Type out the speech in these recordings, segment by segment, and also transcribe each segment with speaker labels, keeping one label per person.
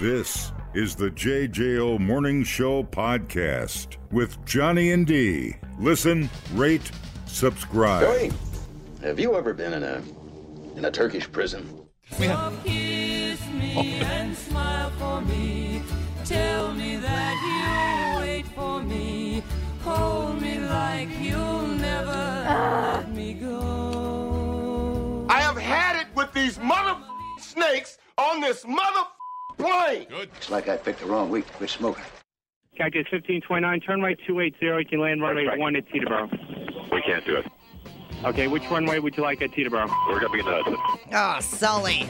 Speaker 1: This is the JJO Morning Show podcast with Johnny and D. Listen, rate, subscribe.
Speaker 2: Joey, have you ever been in a in a Turkish prison?
Speaker 3: So kiss me and smile for me. Tell me that you'll wait for me. Hold me like you'll never let me go.
Speaker 4: I have had it with these mother snakes on this mother plane.
Speaker 2: It's like I picked the wrong week to quit smoking.
Speaker 5: Cactus 1529, turn right 280. You can land runway 1 at Teterboro.
Speaker 6: We can't do it.
Speaker 5: Okay, which runway would you like at Teterboro?
Speaker 6: We're gonna be in the Hudson.
Speaker 7: Oh, Sully.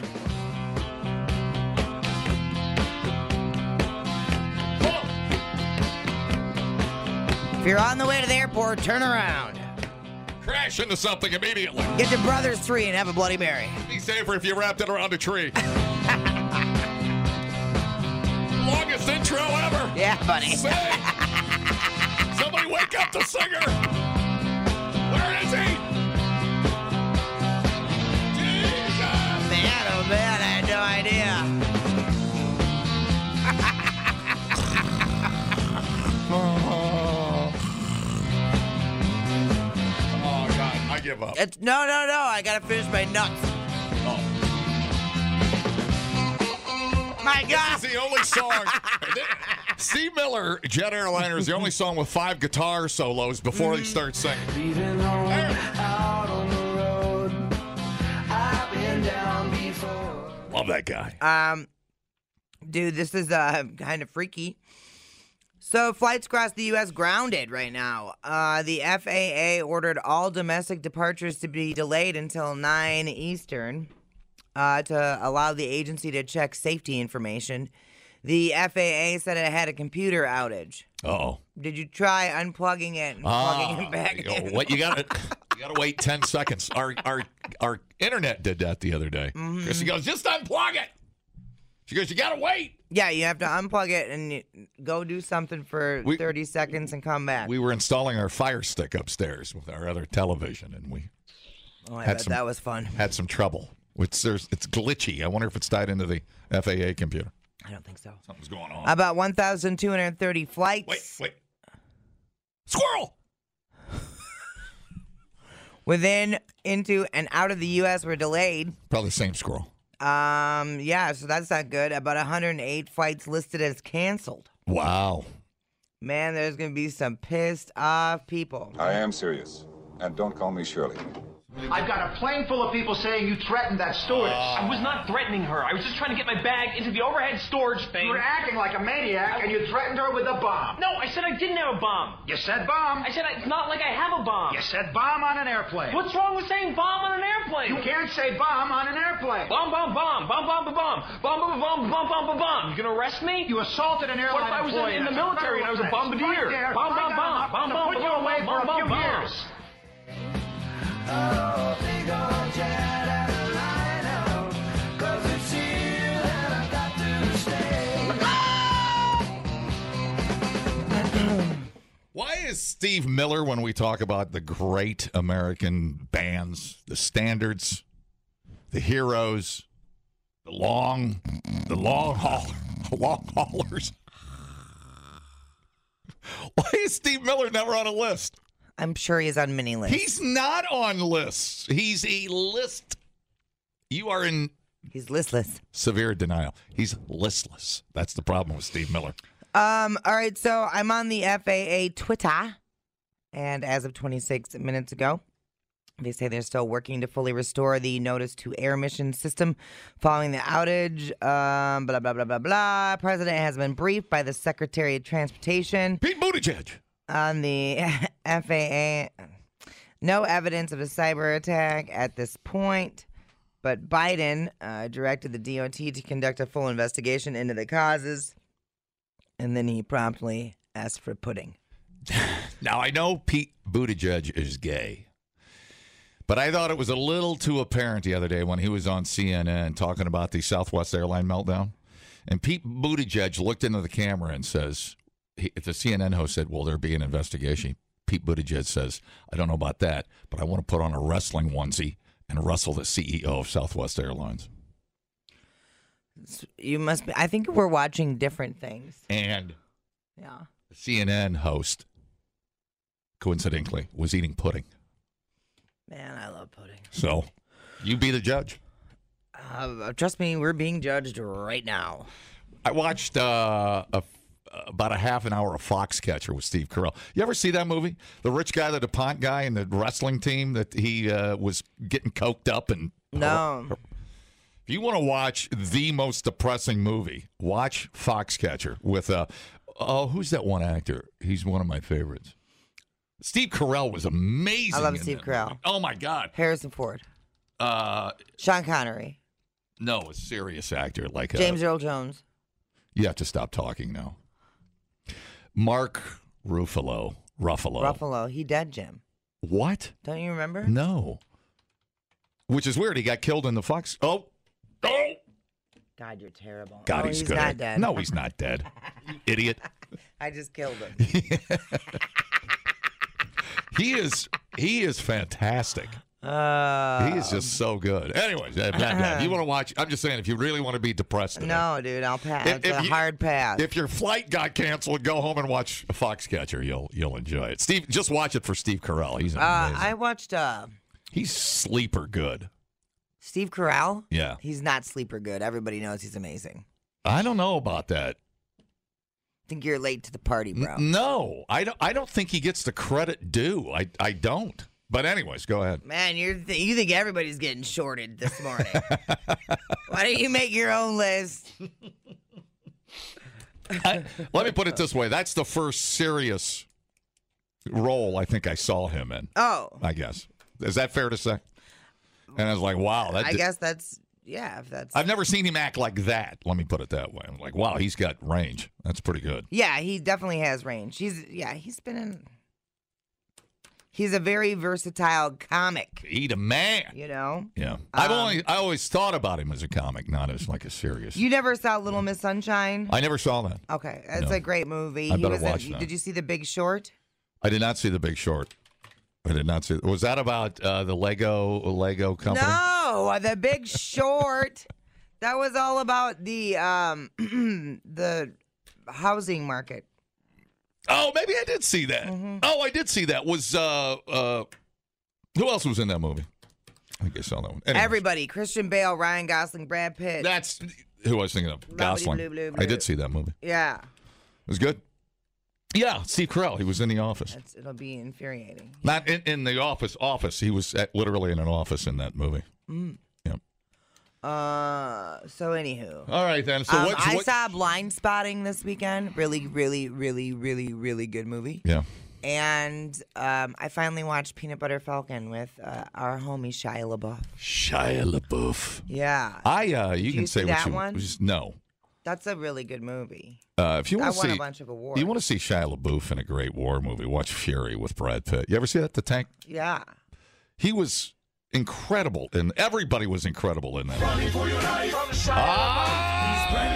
Speaker 7: If you're on the way to the airport, turn around.
Speaker 8: Crash into something immediately.
Speaker 7: Get to Brothers 3 and have a Bloody Mary.
Speaker 8: Be safer if you wrapped it around a tree. Longest intro ever.
Speaker 7: Yeah, buddy.
Speaker 8: Sing. Somebody wake up the singer. Where is he? Jesus.
Speaker 7: Man, oh man, I had no idea.
Speaker 8: Oh God, I give up.
Speaker 7: It's, no, no, no, I gotta finish my nuts.
Speaker 8: Oh,
Speaker 7: My God!
Speaker 8: it's the only song. Steve Miller, Jet Airliner is the only song with five guitar solos before they start singing.
Speaker 3: Leaving home out on the road. I've been down before.
Speaker 8: Love that guy.
Speaker 7: Um, dude, this is uh, kind of freaky. So, flights across the U.S. grounded right now. Uh, the FAA ordered all domestic departures to be delayed until 9 Eastern uh, to allow the agency to check safety information. The FAA said it had a computer outage.
Speaker 8: Oh.
Speaker 7: Did you try unplugging it and plugging it back
Speaker 8: yo,
Speaker 7: in?
Speaker 8: What Ah, you got? to You got to wait ten seconds. Our our our internet did that the other day.
Speaker 7: Mm-hmm.
Speaker 8: Chrissy goes, just unplug it. She goes, you got to wait.
Speaker 7: Yeah, you have to unplug it and you- go do something for
Speaker 8: We-
Speaker 7: 30 seconds and come back.
Speaker 8: We were installing our Fire Stick upstairs with our other television, and we
Speaker 7: oh, I
Speaker 8: had
Speaker 7: bet
Speaker 8: some-
Speaker 7: that was fun.
Speaker 8: had some trouble. It's there's it's glitchy. I wonder if it's tied into the FAA computer. Uh,
Speaker 7: I don't think so.
Speaker 8: Something's going on.
Speaker 7: About 1,230 flights,
Speaker 8: wait, wait. Squirrel.
Speaker 7: within, into, and out of the U.S. were delayed.
Speaker 8: Probably the same squirrel.
Speaker 7: Um, yeah, so that's not good. About 108 flights listed as canceled.
Speaker 8: Wow.
Speaker 7: Man, there's going to be some pissed off people.
Speaker 9: I am serious. And don't call me Shirley.
Speaker 10: I've got a plane full of people saying you threatened that stewardess.
Speaker 11: I was not threatening her. I was just trying to get my bag into the overhead storage thing.
Speaker 10: You were acting like a maniac, and you threatened her with a bomb.
Speaker 11: No, I said I didn't have a bomb.
Speaker 10: You said bomb.
Speaker 11: I said I, it's not like I have a bomb.
Speaker 10: You said bomb on an airplane.
Speaker 11: What's wrong with saying bomb on an airplane?
Speaker 10: You can't say bomb on an airplane.
Speaker 11: Bomb, bomb, bomb, bomb, bomb, bomb, bomb, bomb, bomb, bomb, bomb, bomb, bomb, bomb. You gonna arrest me?
Speaker 10: You assaulted an airline
Speaker 11: What if I was in- in
Speaker 10: employee.
Speaker 11: the
Speaker 10: That's a
Speaker 11: military and I was a
Speaker 10: federal offense.
Speaker 11: bombardier?
Speaker 10: Right there,
Speaker 11: Bomb,
Speaker 10: I
Speaker 11: bomb,
Speaker 10: got
Speaker 11: bomb,
Speaker 10: enough
Speaker 11: bomb,
Speaker 10: to
Speaker 11: bomb,
Speaker 10: put you
Speaker 11: bomb,
Speaker 10: away
Speaker 11: bomb,
Speaker 10: for a
Speaker 11: bomb,
Speaker 10: few
Speaker 11: bomb.
Speaker 10: years.
Speaker 8: Why is Steve Miller, when we talk about the great American bands, the standards, the heroes, the long, the long haul, long haulers? Why is Steve Miller never on a list?
Speaker 7: I'm sure he's on mini list.
Speaker 8: He's not on lists. He's a list. You are in
Speaker 7: He's listless.
Speaker 8: severe denial. He's listless. That's the problem with Steve Miller.
Speaker 7: Um, all right, so I'm on the FAA Twitter, and as of 26 minutes ago, they say they're still working to fully restore the notice to air mission system following the outage. Um, blah blah blah blah blah. President has been briefed by the Secretary of Transportation
Speaker 8: Pete Buttigieg.
Speaker 7: on the FAA. No evidence of a cyber attack at this point, but Biden uh, directed the DOT to conduct a full investigation into the causes, and then he promptly asked for pudding.
Speaker 8: Now I know Pete Buttigieg is gay, but I thought it was a little too apparent the other day when he was on CNN talking about the Southwest airline meltdown, and Pete Buttigieg looked into the camera and says, he, "The CNN host said, will there be an investigation?" Pete Buttigieg says, "I don't know about that, but I want to put on a E wrestling onesie and wrestle the CEO of Southwest Airlines."
Speaker 7: You must be. I think we're watching different things.
Speaker 8: And
Speaker 7: Yeah.
Speaker 8: the CNN host, coincidentally, was eating pudding.
Speaker 7: Man, I love pudding.
Speaker 8: So you be the judge.
Speaker 7: Uh, trust me, we're being judged right now.
Speaker 8: I watched uh, a, about a half an hour of Foxcatcher with Steve Carell. You ever see that movie? The rich guy, the DuPont guy, and the wrestling team that he uh, was getting coked up and.
Speaker 7: No.
Speaker 8: If you want to watch the most depressing movie, watch Foxcatcher with uh oh who's that one actor? He's one of my favorites. Steve Carell was amazing.
Speaker 7: I love
Speaker 8: in
Speaker 7: Steve
Speaker 8: that
Speaker 7: Carell.
Speaker 8: movie. Oh my god.
Speaker 7: Harrison Ford,
Speaker 8: Uh
Speaker 7: Sean Connery,
Speaker 8: no, a serious actor like uh,
Speaker 7: James Earl Jones.
Speaker 8: You have to stop talking now. Mark Ruffalo. Ruffalo.
Speaker 7: Ruffalo, he dead, Jim.
Speaker 8: What?
Speaker 7: Don't you remember?
Speaker 8: No. Which is weird. He got killed in the Fox. Oh, oh.
Speaker 7: God, you're terrible.
Speaker 8: God,
Speaker 7: Oh,
Speaker 8: he's,
Speaker 7: he's
Speaker 8: good.
Speaker 7: not dead.
Speaker 8: No, he's not dead. You Idiot.
Speaker 7: I just killed him.
Speaker 8: He is. He is fantastic.
Speaker 7: Uh,
Speaker 8: he is just so good. Anyways, eh, blah, blah. you want to watch? I'm just saying, if you really want to be depressed, today,
Speaker 7: uh-huh. No, dude, I'll pass.
Speaker 8: If-
Speaker 7: It's
Speaker 8: if
Speaker 7: a
Speaker 8: you-
Speaker 7: hard pass.
Speaker 8: If your flight got canceled, go home and watch Foxcatcher. You'll you'll enjoy it. Steve, just watch it for Steve Carell. He's amazing.
Speaker 7: uh, I watched uh,
Speaker 8: He's sleeper good.
Speaker 7: Steve Carell.
Speaker 8: Yeah.
Speaker 7: He's not sleeper good. Everybody knows he's amazing.
Speaker 8: I don't know about that.
Speaker 7: I think you're late to the party, bro.
Speaker 8: No, I don't. I don't think he gets the credit due. I I don't. But anyways, go ahead.
Speaker 7: Man, you're th- you think everybody's getting shorted this morning. Why don't you make your own list?
Speaker 8: I- let me put it this way: that's the first serious role I think I saw him in.
Speaker 7: Oh,
Speaker 8: I guess is that fair to say? And I was like, wow, that.
Speaker 7: I
Speaker 8: di-
Speaker 7: guess that's yeah. If that's
Speaker 8: I've never seen him act like that. Let me put it that way. I'm like, wow, he's got range. That's pretty good.
Speaker 7: yeah, he definitely has range. He's yeah, he's been in. He's a very versatile comic.
Speaker 8: He the man.
Speaker 7: You know,
Speaker 8: Yeah, I've
Speaker 7: Um,
Speaker 8: only I always thought about him as a comic, not as like a serious.
Speaker 7: you never saw Little Miss Sunshine.
Speaker 8: I never saw that.
Speaker 7: Okay, it's
Speaker 8: No.
Speaker 7: a great movie.
Speaker 8: I
Speaker 7: he
Speaker 8: better
Speaker 7: was
Speaker 8: watch
Speaker 7: in,
Speaker 8: that.
Speaker 7: Did you see The Big Short?
Speaker 8: I did not see The Big Short. I did not see. Was that about uh, the Lego Lego company?
Speaker 7: No, uh, The Big Short. that was all about the um the housing market.
Speaker 8: Oh, maybe I did see that.
Speaker 7: Mm-hmm.
Speaker 8: Oh, I did see that. Was uh uh who else was in that movie? I think I saw that one. Anyway,
Speaker 7: Everybody: Christian Bale, Ryan Gosling, Brad Pitt.
Speaker 8: that's who I was thinking of. Gosling.
Speaker 7: blue, blue,
Speaker 8: I
Speaker 7: blue.
Speaker 8: did see that movie.
Speaker 7: yeah,
Speaker 8: It was good. Yeah, Steve Carell. He was in the office.
Speaker 7: it's, it'll be infuriating.
Speaker 8: Not in, in the office. Office. He was at, literally in an office in that movie.
Speaker 7: Mm.
Speaker 8: Yep.
Speaker 7: Uh. So, anywho.
Speaker 8: All right then. So
Speaker 7: Um,
Speaker 8: what's
Speaker 7: I
Speaker 8: what?
Speaker 7: saw Blind Spotting this weekend. Really, really, really, really, really good movie.
Speaker 8: yeah.
Speaker 7: And um, I finally watched Peanut Butter Falcon with uh, our homie Shia LaBeouf.
Speaker 8: Shia LaBeouf.
Speaker 7: Yeah,
Speaker 8: I uh, you
Speaker 7: Did
Speaker 8: can
Speaker 7: you
Speaker 8: say
Speaker 7: see
Speaker 8: what
Speaker 7: that
Speaker 8: you
Speaker 7: one?
Speaker 8: just- No,
Speaker 7: that's a really good movie.
Speaker 8: uh, if you
Speaker 7: I
Speaker 8: want to
Speaker 7: won
Speaker 8: see
Speaker 7: a bunch of awards.
Speaker 8: You want to see Shia LaBeouf in a great war movie? Watch Fury with Brad Pitt. You ever see that? The tank.
Speaker 7: Yeah.
Speaker 8: He was incredible, and everybody was incredible in that. movie.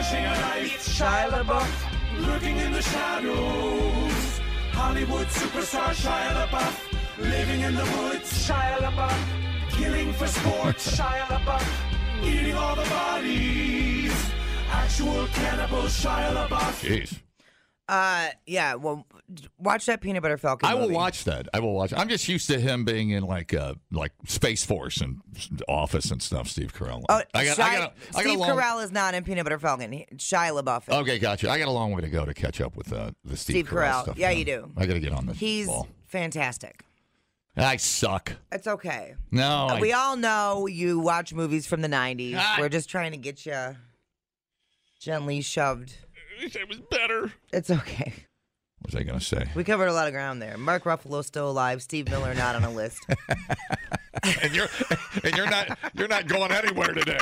Speaker 7: Shia LaBeouf.
Speaker 12: Lurking in the shadows. Hollywood superstar Shia LaBeouf. Living in the woods. Shia LaBeouf. Killing for sport. Shia LaBeouf. Eating all the bodies. Actual cannibal Shia LaBeouf.
Speaker 8: Jeez,
Speaker 7: Uh, yeah. Well, watch that Peanut Butter Falcon.
Speaker 8: I will
Speaker 7: movie.
Speaker 8: watch that. I will watch. I'm just used to him being in like uh like Space Force and Office and stuff. Steve Carell.
Speaker 7: Oh,
Speaker 8: I got.
Speaker 7: Shia,
Speaker 8: I got. A, I got a
Speaker 7: Steve
Speaker 8: long.
Speaker 7: Carell is not in Peanut Butter Falcon. He, Shia LaBeouf. Is.
Speaker 8: Okay, gotcha. I got a long way to go to catch up with uh, the Steve,
Speaker 7: Steve Carell.
Speaker 8: stuff.
Speaker 7: Yeah, you do.
Speaker 8: I got to get on this.
Speaker 7: He's
Speaker 8: ball.
Speaker 7: fantastic.
Speaker 8: I suck.
Speaker 7: It's okay.
Speaker 8: No, I-
Speaker 7: we all know you watch movies from the 90s.
Speaker 8: Ah!
Speaker 7: We're just trying to get you gently shoved.
Speaker 8: I wish I was better.
Speaker 7: It's okay.
Speaker 8: What was I going to say?
Speaker 7: We covered a lot of ground there. Mark Ruffalo still alive. Steve Miller not on a list.
Speaker 8: and you're and you're not you're not going anywhere today.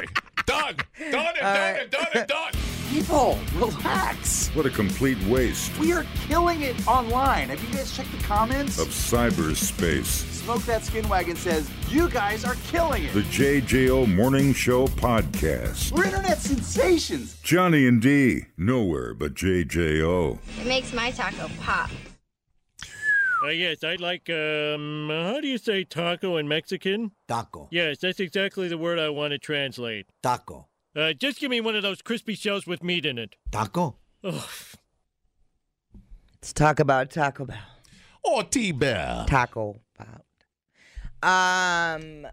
Speaker 8: Done. Done and done and done and done.
Speaker 12: People, relax.
Speaker 1: What a complete waste
Speaker 12: We are killing it online. Have you guys checked the comments?
Speaker 1: of cyberspace.
Speaker 12: Smoke That Skin Wagon says, You guys are killing
Speaker 1: The
Speaker 12: it.
Speaker 1: JJO Morning Show Podcast.
Speaker 12: We're internet sensations.
Speaker 1: Johnny and D, nowhere but JJO.
Speaker 13: It makes my taco pop.
Speaker 14: Uh, yes, I'd like, um, how do you say taco in Mexican?
Speaker 15: Taco.
Speaker 14: Yes, that's exactly the word I want to translate.
Speaker 15: Taco.
Speaker 14: Uh, just give me one of those crispy shells with meat in it.
Speaker 7: Taco.
Speaker 14: Ugh.
Speaker 7: Let's talk about Taco Bell.
Speaker 8: Or T Bell.
Speaker 7: Taco Bell. Um,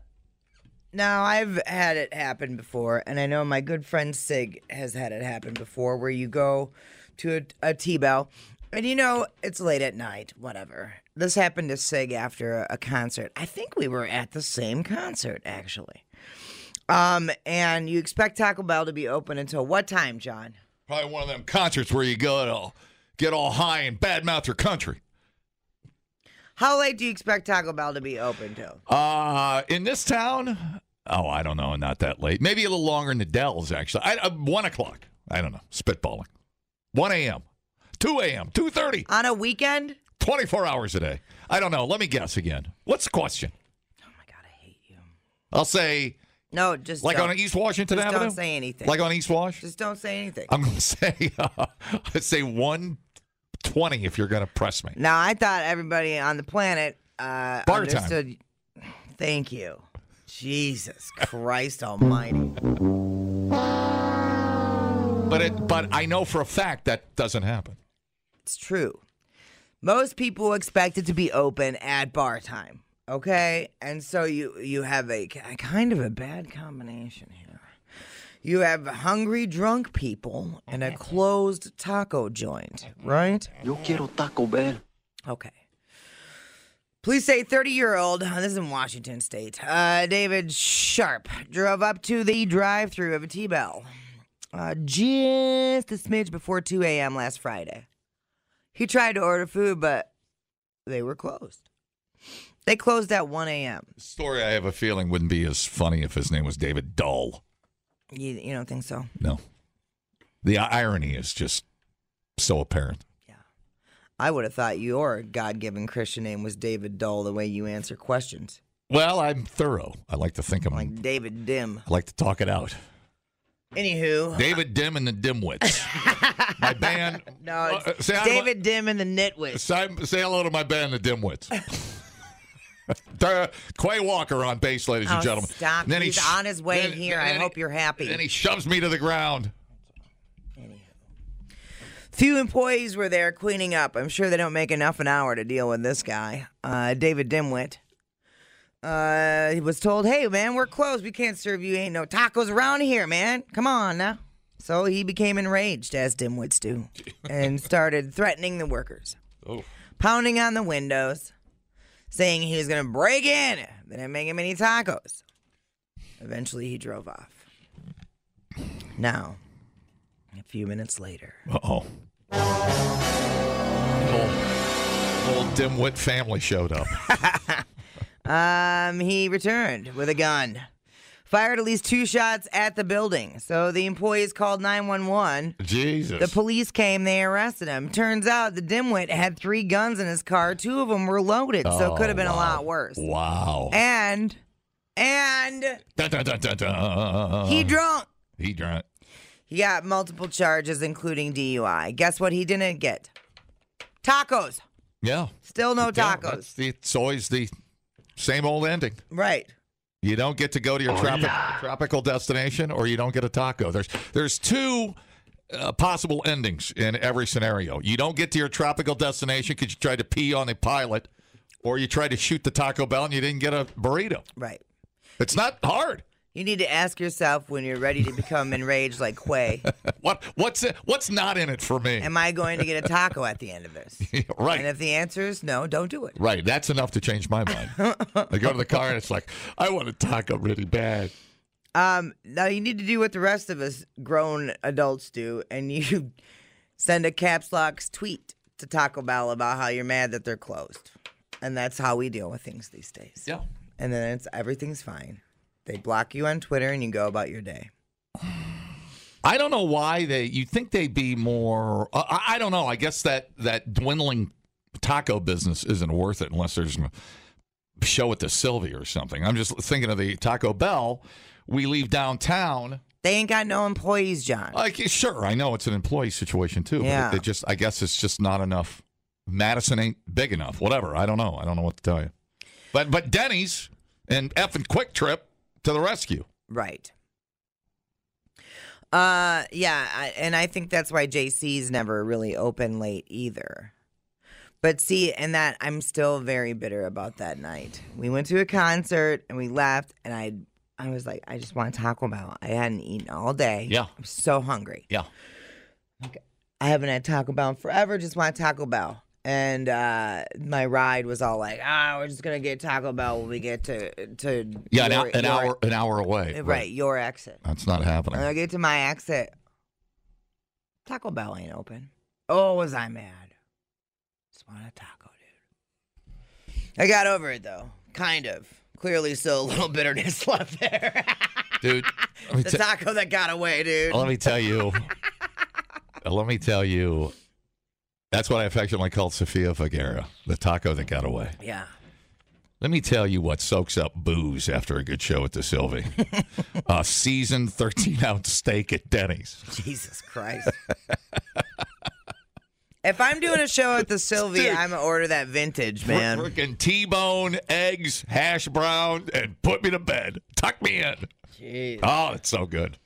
Speaker 7: now I've had it happen before, and I know my good friend Sig has had it happen before, where you go to a, a T Bell, and you know it's late at night, whatever. This happened to Sig after a, a concert. I think we were at the same concert actually. Um, and you expect Taco Bell to be open until what time, John?
Speaker 8: Probably one of them concerts where you go to get all high and badmouth your country.
Speaker 7: How late do you expect Taco Bell to be open till?
Speaker 8: Uh, in this town, oh, I don't know, not that late. Maybe a little longer in the Dells, actually. I, uh, one o'clock. I don't know. Spitballing. One a.m., two a.m., two thirty.
Speaker 7: On a weekend.
Speaker 8: Twenty-four hours a day. I don't know. Let me guess again. What's the question? Oh my god, I hate you. I'll say
Speaker 7: No, just
Speaker 8: like
Speaker 7: don't.
Speaker 8: on East Washington
Speaker 7: Just
Speaker 8: Avenue.
Speaker 7: Don't say anything.
Speaker 8: Like on East Wash.
Speaker 7: Just don't say anything.
Speaker 8: I'm going to say, uh, I'd say one twenty if you're going to press me.
Speaker 7: Now I thought everybody on the planet
Speaker 8: Bar
Speaker 7: uh,
Speaker 8: time.
Speaker 7: understood. Thank you, Jesus Christ Almighty.
Speaker 8: But it, but I know for a fact that doesn't happen.
Speaker 7: It's true. Most people expect it to be open at bar time, okay? And so you you have a, k- a kind of a bad combination here. You have hungry drunk people and a closed taco joint, right? Yo quiero Taco Bell. Okay. Police say 30 year old, this is in Washington state, uh, David Sharp drove up to the drive through of a T Bell uh, just a smidge before 2 a.m. last Friday. He tried to order food, but they were closed. They closed at 1 a.m.
Speaker 8: Story I have a feeling wouldn't be as funny if his name was David Dull.
Speaker 7: You, you don't think so?
Speaker 8: No. The irony is just so apparent.
Speaker 7: I would have thought your God given Christian name was David Dull the way you answer questions.
Speaker 8: Well, I'm thorough. I like to think I'm. I
Speaker 7: David Dim.
Speaker 8: like to talk it out.
Speaker 7: Anywho,
Speaker 8: David Dim and the Dimwits. my band.
Speaker 7: no,
Speaker 8: Uh,
Speaker 7: it's
Speaker 8: say hi to my-
Speaker 7: David Dim and the Nitwit.
Speaker 8: Say, say hello to my band, the Dimwits. Uh, Quay Walker on bass, ladies
Speaker 7: Oh,
Speaker 8: and gentlemen.
Speaker 7: Stop.
Speaker 8: And then he
Speaker 7: He's
Speaker 8: sh-
Speaker 7: on his way
Speaker 8: then-
Speaker 7: here.
Speaker 8: then
Speaker 7: I
Speaker 8: he-
Speaker 7: hope you're happy.
Speaker 8: Then he shoves me to the ground.
Speaker 7: Few employees were there cleaning up. I'm sure they don't make enough an hour to deal with this guy, uh, David Dimwit. Uh, he was told, "Hey, man, we're closed. We can't serve you. Ain't no tacos around here, man. Come on now." So he became enraged, as dimwits do, and started threatening the workers,
Speaker 8: Oh.
Speaker 7: pounding on the windows, saying he was going to break in, they didn't make him any tacos. Eventually, he drove off. Now, a few minutes later.
Speaker 8: Uh oh. Old dimwit family showed up.
Speaker 7: Um, he returned with a gun, fired at least two shots at the building. So the employees called 911.
Speaker 8: Jesus.
Speaker 7: The police came, they arrested him. Turns out the dimwit had three guns in his car. Two of them were loaded, so it
Speaker 8: Oh,
Speaker 7: could have been a lot worse.
Speaker 8: Wow.
Speaker 7: And, and
Speaker 8: Dun, dun, dun, dun, dun.
Speaker 7: he drunk.
Speaker 8: He drunk.
Speaker 7: He got multiple charges, including DUI. Guess what he didn't get? Tacos.
Speaker 8: Yeah.
Speaker 7: Still no
Speaker 8: Yeah,
Speaker 7: tacos.
Speaker 8: that's the- it's always the same old ending.
Speaker 7: right.
Speaker 8: You don't get to go to your tropi- tropical destination, or you don't get a taco. There's there's two uh, possible endings in every scenario. You don't get to your tropical destination because you tried to pee on the pilot, or you tried to shoot the Taco Bell and you didn't get a burrito.
Speaker 7: Right.
Speaker 8: It's not hard.
Speaker 7: You need to ask yourself when you're ready to become enraged like Quay.
Speaker 8: What what's it, what's not in it for me?
Speaker 7: Am I going to get a taco at the end of this?
Speaker 8: right.
Speaker 7: And if the answer is no, don't do it.
Speaker 8: Right, that's enough to change my mind. I go to the car and it's like, I want a taco really bad.
Speaker 7: Um, now you need to do what the rest of us grown adults do, and you send a caps lock tweet to Taco Bell about how you're mad that they're closed, and that's how we deal with things these days.
Speaker 8: Yeah.
Speaker 7: And then it's everything's fine. They block you on Twitter, and you go about your day.
Speaker 8: I don't know why they. You think they'd be more? I- I, I don't know. I guess that that dwindling taco business isn't worth it unless there's a show it to Sylvie or something. I'm just thinking of the Taco Bell. We leave downtown.
Speaker 7: They ain't got no employees, John.
Speaker 8: Like, sure, I know it's an employee situation too.
Speaker 7: Yeah.
Speaker 8: But it, it just, I guess, it's just not enough. Madison ain't big enough. Whatever. I don't know. I don't know what to tell you. But but Denny's and effing Quick Trip to the rescue.
Speaker 7: Right. Uh, yeah, I, and I think that's why JC's never really open late either. But see, and that I'm still very bitter about that night. We went to a concert and we left, and I, I was like, I just want Taco Bell. I hadn't eaten all day.
Speaker 8: Yeah.
Speaker 7: I'm so hungry.
Speaker 8: Yeah.
Speaker 7: I haven't had Taco Bell in forever. Just want Taco Bell. And uh, my ride was all like, ah, we're just gonna get Taco Bell when we get to to
Speaker 8: Yeah, an,
Speaker 7: your-
Speaker 8: hou- an
Speaker 7: your-
Speaker 8: hour an hour away.
Speaker 7: right, your exit.
Speaker 8: That's not happening.
Speaker 7: When I get to my exit, Taco Bell ain't open. Oh, was I mad? Just want a taco, dude. I got over it though, kind of. Clearly, still a little bitterness left there.
Speaker 8: Dude, let me
Speaker 7: the
Speaker 8: te-
Speaker 7: taco that got away, dude.
Speaker 8: let me tell you. let me tell you. That's what I affectionately called Sofia Vergara, the taco that got away.
Speaker 7: Yeah.
Speaker 8: Let me tell you what soaks up booze after a good show at the Sylvie. a seasoned 13 ounce steak at Denny's.
Speaker 7: Jesus Christ. If I'm doing a show at the Sylvie, I'm gonna order that vintage, man.
Speaker 8: Freaking T bone, eggs, hash brown, and put me to bed. Tuck me in.
Speaker 7: Jeez.
Speaker 8: Oh, it's so good.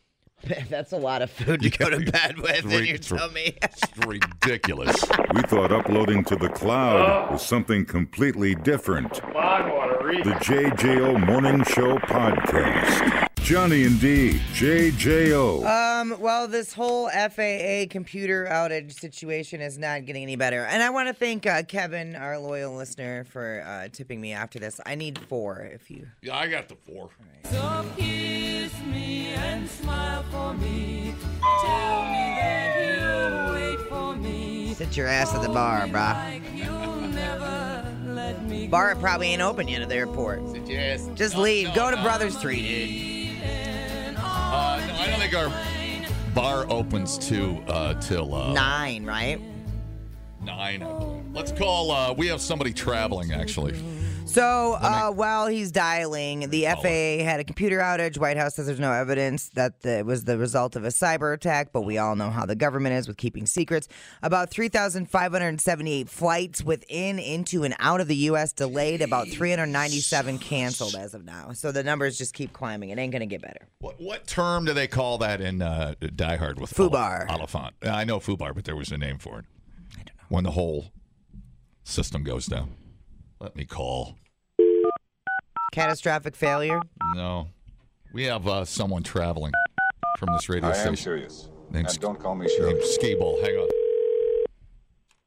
Speaker 7: That's a lot of food to go to bed with, and
Speaker 8: Three-
Speaker 7: you tell me.
Speaker 8: It's ridiculous.
Speaker 1: We thought uploading to the cloud was something completely different. The JJO Morning Show Podcast. Johnny and D, JJO.
Speaker 7: Um, well, this whole FAA computer outage situation is not getting any better. And I want to thank uh, Kevin, our loyal listener, for uh, tipping me after this. I need four if you.
Speaker 8: Yeah, I got the four.
Speaker 3: So kiss me and smile for me. Tell me that you'll wait for me.
Speaker 7: Sit your ass at the bar, brah.
Speaker 3: You'll never let me
Speaker 7: Bar probably ain't open yet at the airport. Just leave. Go to Brothers Three, dude.
Speaker 8: Uh, no, I don't think our bar opens to uh, till uh,
Speaker 7: Nine, right?
Speaker 8: Nine. I believe. Let's call. Uh, we have somebody traveling actually.
Speaker 7: So uh, while he's dialing, the FAA had a computer outage. White House says there's no evidence that the, it was the result of a cyber attack, but we all know how the government is with keeping secrets. About 3,578 flights within, into, and out of the U.S. delayed, about 397 canceled as of now. So the numbers just keep climbing. It ain't going to get better.
Speaker 8: What what term do they call that in uh, Die Hard with
Speaker 7: Fubar.
Speaker 8: Oliphant? I know Fubar, but there was a name for it. I don't know. When the whole system goes down. Let me call.
Speaker 7: Catastrophic failure.
Speaker 8: No, we have uh, someone traveling from this radio
Speaker 9: I
Speaker 8: station.
Speaker 9: am serious.
Speaker 8: Name's-
Speaker 9: and don't call me Shirley.
Speaker 8: named Skee-Ball. Hang on.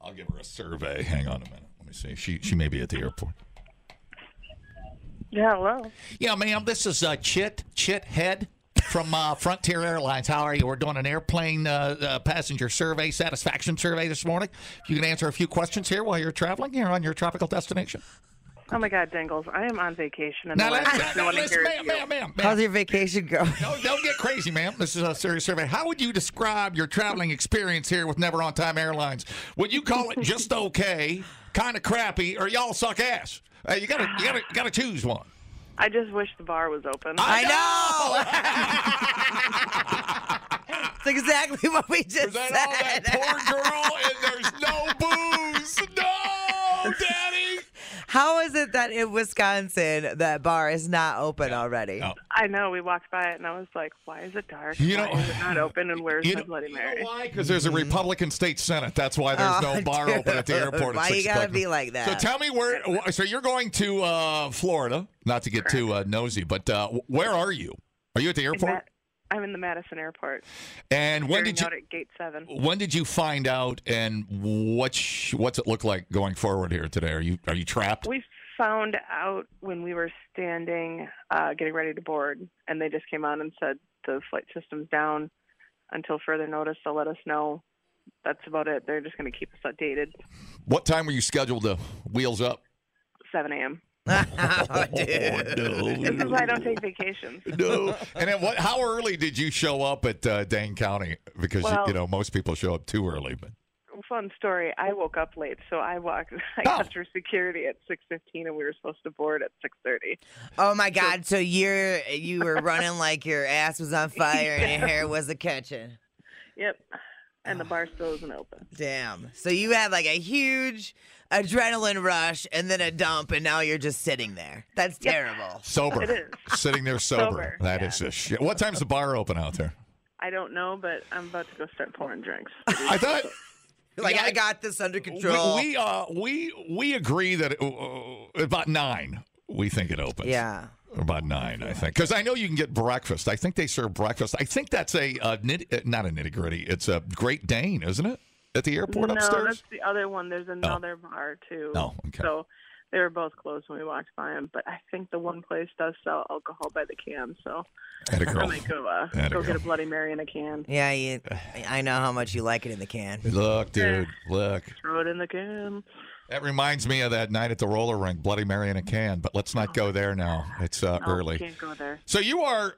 Speaker 8: I'll give her a survey. Hang on a minute. Let me see. She she may be at the airport.
Speaker 15: Yeah, hello.
Speaker 8: Yeah, ma'am. This is uh, Chit Chit Head from uh, Frontier Airlines. How are you? We're doing an airplane uh, uh, passenger survey satisfaction survey this morning. If you can answer a few questions here while you're traveling here on your tropical destination.
Speaker 15: Oh my God, Dangles! I am on vacation and
Speaker 8: Now,
Speaker 15: no,
Speaker 8: let's- now,
Speaker 15: no one
Speaker 8: listen,
Speaker 15: hears
Speaker 8: ma'am,
Speaker 15: you.
Speaker 8: ma'am, ma'am,
Speaker 7: How's your vacation going?
Speaker 8: Don't, don't get crazy, ma'am. This is a serious survey. How would you describe your traveling experience here with Never On Time Airlines? Would you call it just okay, kind of crappy, or y'all suck ass? Uh, you gotta, you gotta, gotta choose one.
Speaker 15: I just wish the bar was open.
Speaker 8: I
Speaker 7: know. That's exactly what we just said.
Speaker 8: There's no booze. No, Daddy.
Speaker 7: How is it that in Wisconsin that bar is not open already?
Speaker 15: I know. We walked by it and I was like, "Why is it dark?
Speaker 8: You
Speaker 15: why
Speaker 8: know-
Speaker 15: is it not open? And where's
Speaker 8: you
Speaker 15: my
Speaker 8: know-
Speaker 15: Bloody Mary?"
Speaker 8: Because there's a Republican state senate. That's why there's
Speaker 7: Mm-hmm. Oh,
Speaker 8: no bar open at the
Speaker 7: dude.
Speaker 8: airport. At
Speaker 7: Why you
Speaker 8: 6
Speaker 7: gotta
Speaker 8: o'clock.
Speaker 7: be like that?
Speaker 8: So tell me where. wh- So you're going to uh, Florida? Not to get too uh, nosy, but uh, wh- where are you? Are you at the airport?
Speaker 15: I'm in the Madison Airport.
Speaker 8: And when
Speaker 15: Staring
Speaker 8: did you?
Speaker 15: out at Gate Seven?
Speaker 8: When did you find out? And what's what's it look like going forward here today? Are you are you trapped?
Speaker 15: We found out when we were standing, uh, getting ready to board, and they just came on and said the flight system's down until further notice. They'll let us know. That's about it. They're just going to keep us updated.
Speaker 8: What time were you scheduled to wheels up?
Speaker 15: 7 a.m.
Speaker 7: Oh,
Speaker 15: This is why I don't take vacations.
Speaker 8: No. And then what? How early did you show up at uh, Dane County? Because you- you
Speaker 15: Well-
Speaker 8: know most people show up too early. But
Speaker 15: Fun story. I woke up late, so I walked. I got through security at 6:15, and we were supposed to board at 6:30.
Speaker 7: Oh my God! So you're you were running like your ass was on fire and your hair was a catching.
Speaker 15: Yep. And the bar still isn't open.
Speaker 7: Damn! So you had like a huge adrenaline rush and then a dump, and now you're just sitting there. That's terrible.
Speaker 8: sober,
Speaker 7: It
Speaker 8: sitting there sober.
Speaker 7: Sober,
Speaker 8: That is a shit. What time's the bar open out there?
Speaker 15: I don't know, but I'm about to go start pouring drinks.
Speaker 8: I thought
Speaker 7: Like I got this under control.
Speaker 8: We, we uh we we agree that uh, about nine we think it opens.
Speaker 7: Yeah.
Speaker 8: About nine, I think, because I know you can get breakfast. I think they serve breakfast. I think that's a uh, nit, uh, not a nitty gritty. It's a Great Dane, isn't it? At the airport
Speaker 15: no,
Speaker 8: upstairs.
Speaker 15: that's the other one. There's another bar too.
Speaker 8: Oh, okay.
Speaker 15: So they were both closed when we walked by them, but I think the one place does sell alcohol by the can. So
Speaker 8: Atta
Speaker 15: I
Speaker 8: girl.
Speaker 15: might go uh,
Speaker 8: Atta
Speaker 15: go get a
Speaker 8: girl.
Speaker 15: Bloody Mary in a can.
Speaker 7: Yeah, you, I know how much you like it in the can.
Speaker 8: Look, dude, look.
Speaker 15: Throw it in the can.
Speaker 8: That reminds me of that night at the roller rink, Bloody Mary in a can. But let's not go there now. It's uh,
Speaker 15: No,
Speaker 8: early.
Speaker 15: Can't go there.
Speaker 8: So you are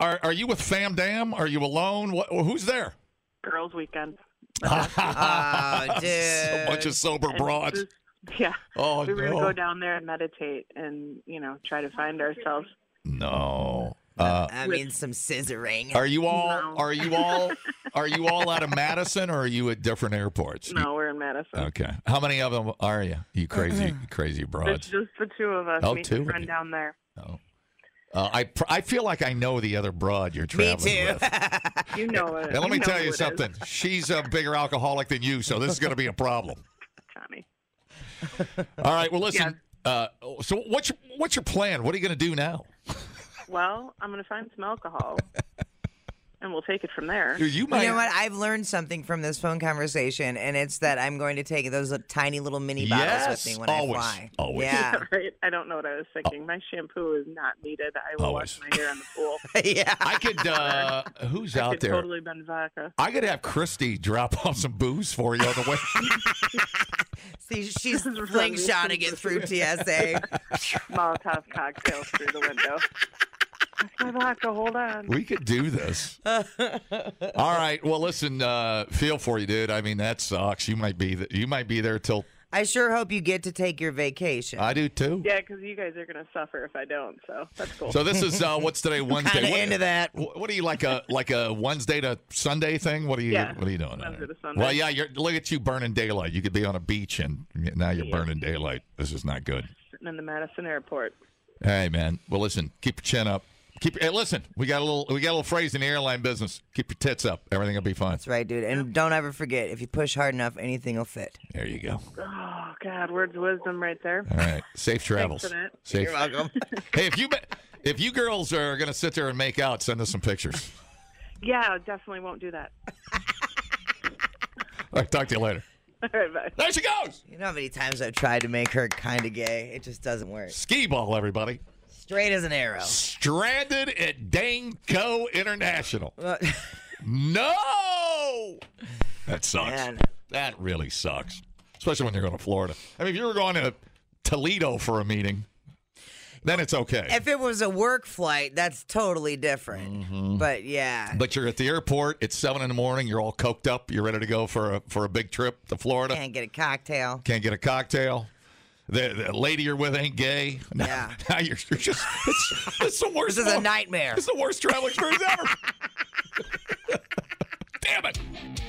Speaker 8: are are you with Fam Dam? Are you alone? What, who's there?
Speaker 15: Girls' weekend.
Speaker 8: oh, So much of sober
Speaker 15: And
Speaker 8: broads.
Speaker 15: just- yeah.
Speaker 8: Oh,
Speaker 15: we were
Speaker 8: no.
Speaker 15: gonna go down there and meditate, and you know, try to find ourselves.
Speaker 8: No. Uh,
Speaker 7: I mean, some scissoring.
Speaker 8: are you all
Speaker 15: No.
Speaker 8: are you all are you all out of Madison or are you at different airports? You-
Speaker 15: No, Uh-huh. we're in Madison.
Speaker 8: Okay. How many of them are you? You crazy you crazy
Speaker 15: It's
Speaker 8: broads.
Speaker 15: just the two of us.
Speaker 8: Oh,
Speaker 15: me and
Speaker 8: two
Speaker 15: a
Speaker 8: of
Speaker 15: friend
Speaker 8: you.
Speaker 15: down there.
Speaker 8: Uh, I pr- I feel like I know the other broad you're
Speaker 15: Me
Speaker 8: traveling
Speaker 15: too.
Speaker 8: with.
Speaker 15: you know it.
Speaker 8: And let me
Speaker 15: know
Speaker 8: tell
Speaker 15: who
Speaker 8: you
Speaker 15: it is.
Speaker 8: something. She's a bigger alcoholic than you, so this is going to be a problem.
Speaker 15: Johnny.
Speaker 8: All right. Well, listen. Uh, so what's your, what's your plan? What are you going to do now?
Speaker 15: Well, I'm gonna find some alcohol, and we'll take it from there.
Speaker 7: You know what? I've learned something from this phone conversation, and it's that I'm going to take those li- tiny little mini bottles
Speaker 8: Yes,
Speaker 7: with me when
Speaker 8: always,
Speaker 7: I fly.
Speaker 8: always.
Speaker 7: Yeah.
Speaker 15: right. I don't know what I was thinking. My shampoo is not needed. I will
Speaker 8: Always.
Speaker 15: wash my hair in the pool.
Speaker 7: yeah.
Speaker 8: I could. Uh, who's out
Speaker 15: Could
Speaker 8: there?
Speaker 15: totally been vodka.
Speaker 8: I could have Christy drop off some booze for you on the way.
Speaker 7: See, she's
Speaker 15: really
Speaker 7: slingshotting it through TSA.
Speaker 15: Molotov cocktails through the window. That's my vodka. Hold on.
Speaker 8: we could do this. All right. Well, listen. Uh, feel for you, dude. I mean, that sucks. You might be. Th- you might be there till
Speaker 7: I sure hope you get to take your vacation.
Speaker 8: I do too.
Speaker 15: Yeah, because you guys are gonna suffer if I don't. So that's cool.
Speaker 8: So this is uh, what's today Wednesday.
Speaker 7: kinda
Speaker 8: What-
Speaker 7: into that.
Speaker 8: wh- What are you like a like a Wednesday to Sunday thing? What are you
Speaker 15: Yeah.
Speaker 8: What are you doing?
Speaker 15: Wednesday to Sunday.
Speaker 8: Well, yeah, you're look at you burning daylight. You could be on a beach and now you're burning daylight. This is not good.
Speaker 15: sitting in the Madison airport.
Speaker 8: Hey man, well listen, keep your chin up. Keep hey, listen. We got a little we got a little phrase in the airline business. Keep your tits up. Everything will be fine.
Speaker 7: That's right, dude. And don't ever forget, if you push hard enough, anything will fit.
Speaker 8: There you go.
Speaker 15: Oh God, words of wisdom right there.
Speaker 8: All right. Safe travels.
Speaker 15: for that.
Speaker 8: Safe.
Speaker 15: You're welcome.
Speaker 8: hey, if you be- if you girls are gonna sit there and make out, send us some pictures.
Speaker 15: Yeah, definitely won't do that.
Speaker 8: All right, talk to you later.
Speaker 15: All right, bye.
Speaker 8: There she goes.
Speaker 7: You know how many times I've tried to make her kind of gay? It just doesn't work.
Speaker 8: Ski ball, everybody.
Speaker 7: Straight as an arrow.
Speaker 8: stranded at Danco International. no, that sucks.
Speaker 7: Man.
Speaker 8: That really sucks, especially when you're going to Florida. I mean, if you were going to Toledo for a meeting, then it's okay.
Speaker 7: If it was a work flight, that's totally different.
Speaker 8: Mm-hmm.
Speaker 7: But yeah.
Speaker 8: but you're at the airport. It's seven in the morning. You're all coked up. You're ready to go for a for a big trip to Florida.
Speaker 7: Can't get a cocktail.
Speaker 8: Can't get a cocktail. The, the lady you're with ain't gay. Now,
Speaker 7: Yeah.
Speaker 8: now you're, you're just it's, it's the worst.
Speaker 7: This is Oh. a
Speaker 8: one.
Speaker 7: nightmare.
Speaker 8: It's the worst travel experience ever. Damn it.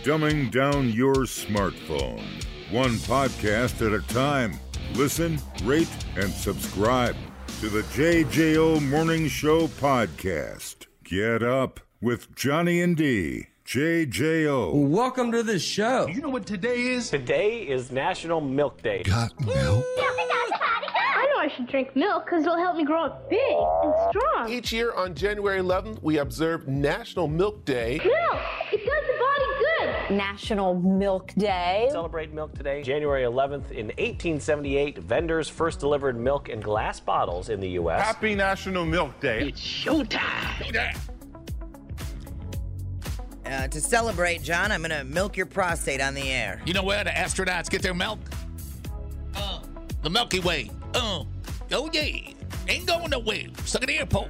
Speaker 1: Dumbing down your smartphone. One podcast at a time. Listen, rate, and subscribe to the JJO Morning Show podcast. Get up with Johnny and D. JJO.
Speaker 16: Welcome to the show. You know what today is? Today is National Milk Day.
Speaker 17: I know I should drink milk because it'll help me grow up big and strong.
Speaker 18: Each year on January 11th, we observe National Milk Day.
Speaker 17: Milk, it does the body good. National Milk Day.
Speaker 16: Celebrate milk today. January 11th in 1878, vendors first delivered milk in glass bottles in the U.S.
Speaker 4: Happy National Milk Day. It's showtime.
Speaker 7: Uh, to celebrate, John, I'm going to milk your prostate on the air.
Speaker 8: You know where the astronauts get their milk? Uh, the Milky Way. Uh, oh yeah. Ain't going nowhere. Stuck at the airport.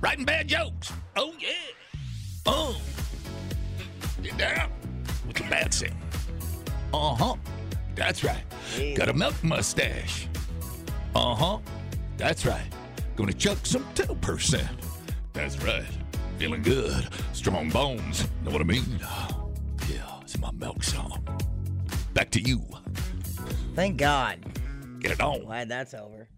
Speaker 8: Writing bad jokes. Oh yeah. Oh. Get down with the bad shit. Uh-huh. That's right. Got a milk mustache. Uh-huh. That's right. Gonna chuck some 2%. That's right. Feeling good. Strong bones. Know what I mean? Yeah, it's my milk song. Back to you.
Speaker 7: Thank God.
Speaker 8: Get it on.
Speaker 7: Glad that's over.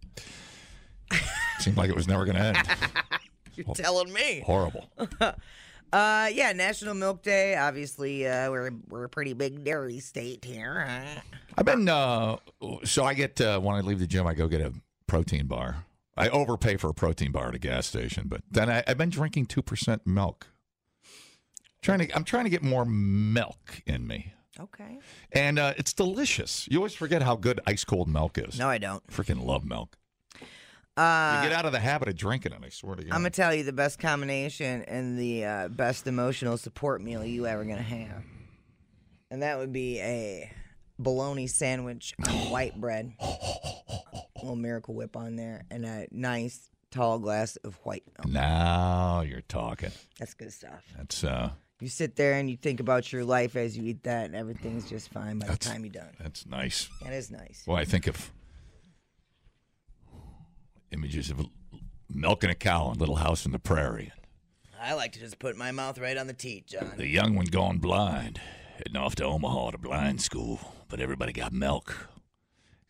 Speaker 8: Seemed like it was never going to end.
Speaker 7: Oh. You're telling me.
Speaker 8: Horrible.
Speaker 7: Uh, yeah, National Milk Day. Obviously, uh, we're we're a pretty big dairy state here. huh?
Speaker 8: I've been uh, so I get uh, when I leave the gym, I go get a protein bar. I overpay for a protein bar at a gas station, but then I, I've been drinking two percent milk. Trying to, I'm trying to get more milk in me,
Speaker 7: Okay.
Speaker 8: and uh, it's delicious. You always forget how good ice cold milk is.
Speaker 7: No, I don't.
Speaker 8: Freaking love milk.
Speaker 7: Uh,
Speaker 8: you get out of the habit of drinking it. I swear to you.
Speaker 7: I'm gonna tell you the best combination and the uh, best emotional support meal you ever gonna have, and that would be a bologna sandwich on white bread, a little Miracle Whip on there, and a nice tall glass of white milk.
Speaker 8: now you're talking.
Speaker 7: That's good stuff.
Speaker 8: That's uh,
Speaker 7: You sit there and you think about your life as you eat that, and everything's just fine by the time you're done.
Speaker 8: that's nice.
Speaker 7: That is nice.
Speaker 8: Well, I think of images of milking a cow in Little House on the Prairie,
Speaker 7: I like to just put my mouth right on the teat, John.
Speaker 8: the young one gone blind, heading off to Omaha to blind school, but everybody got milk.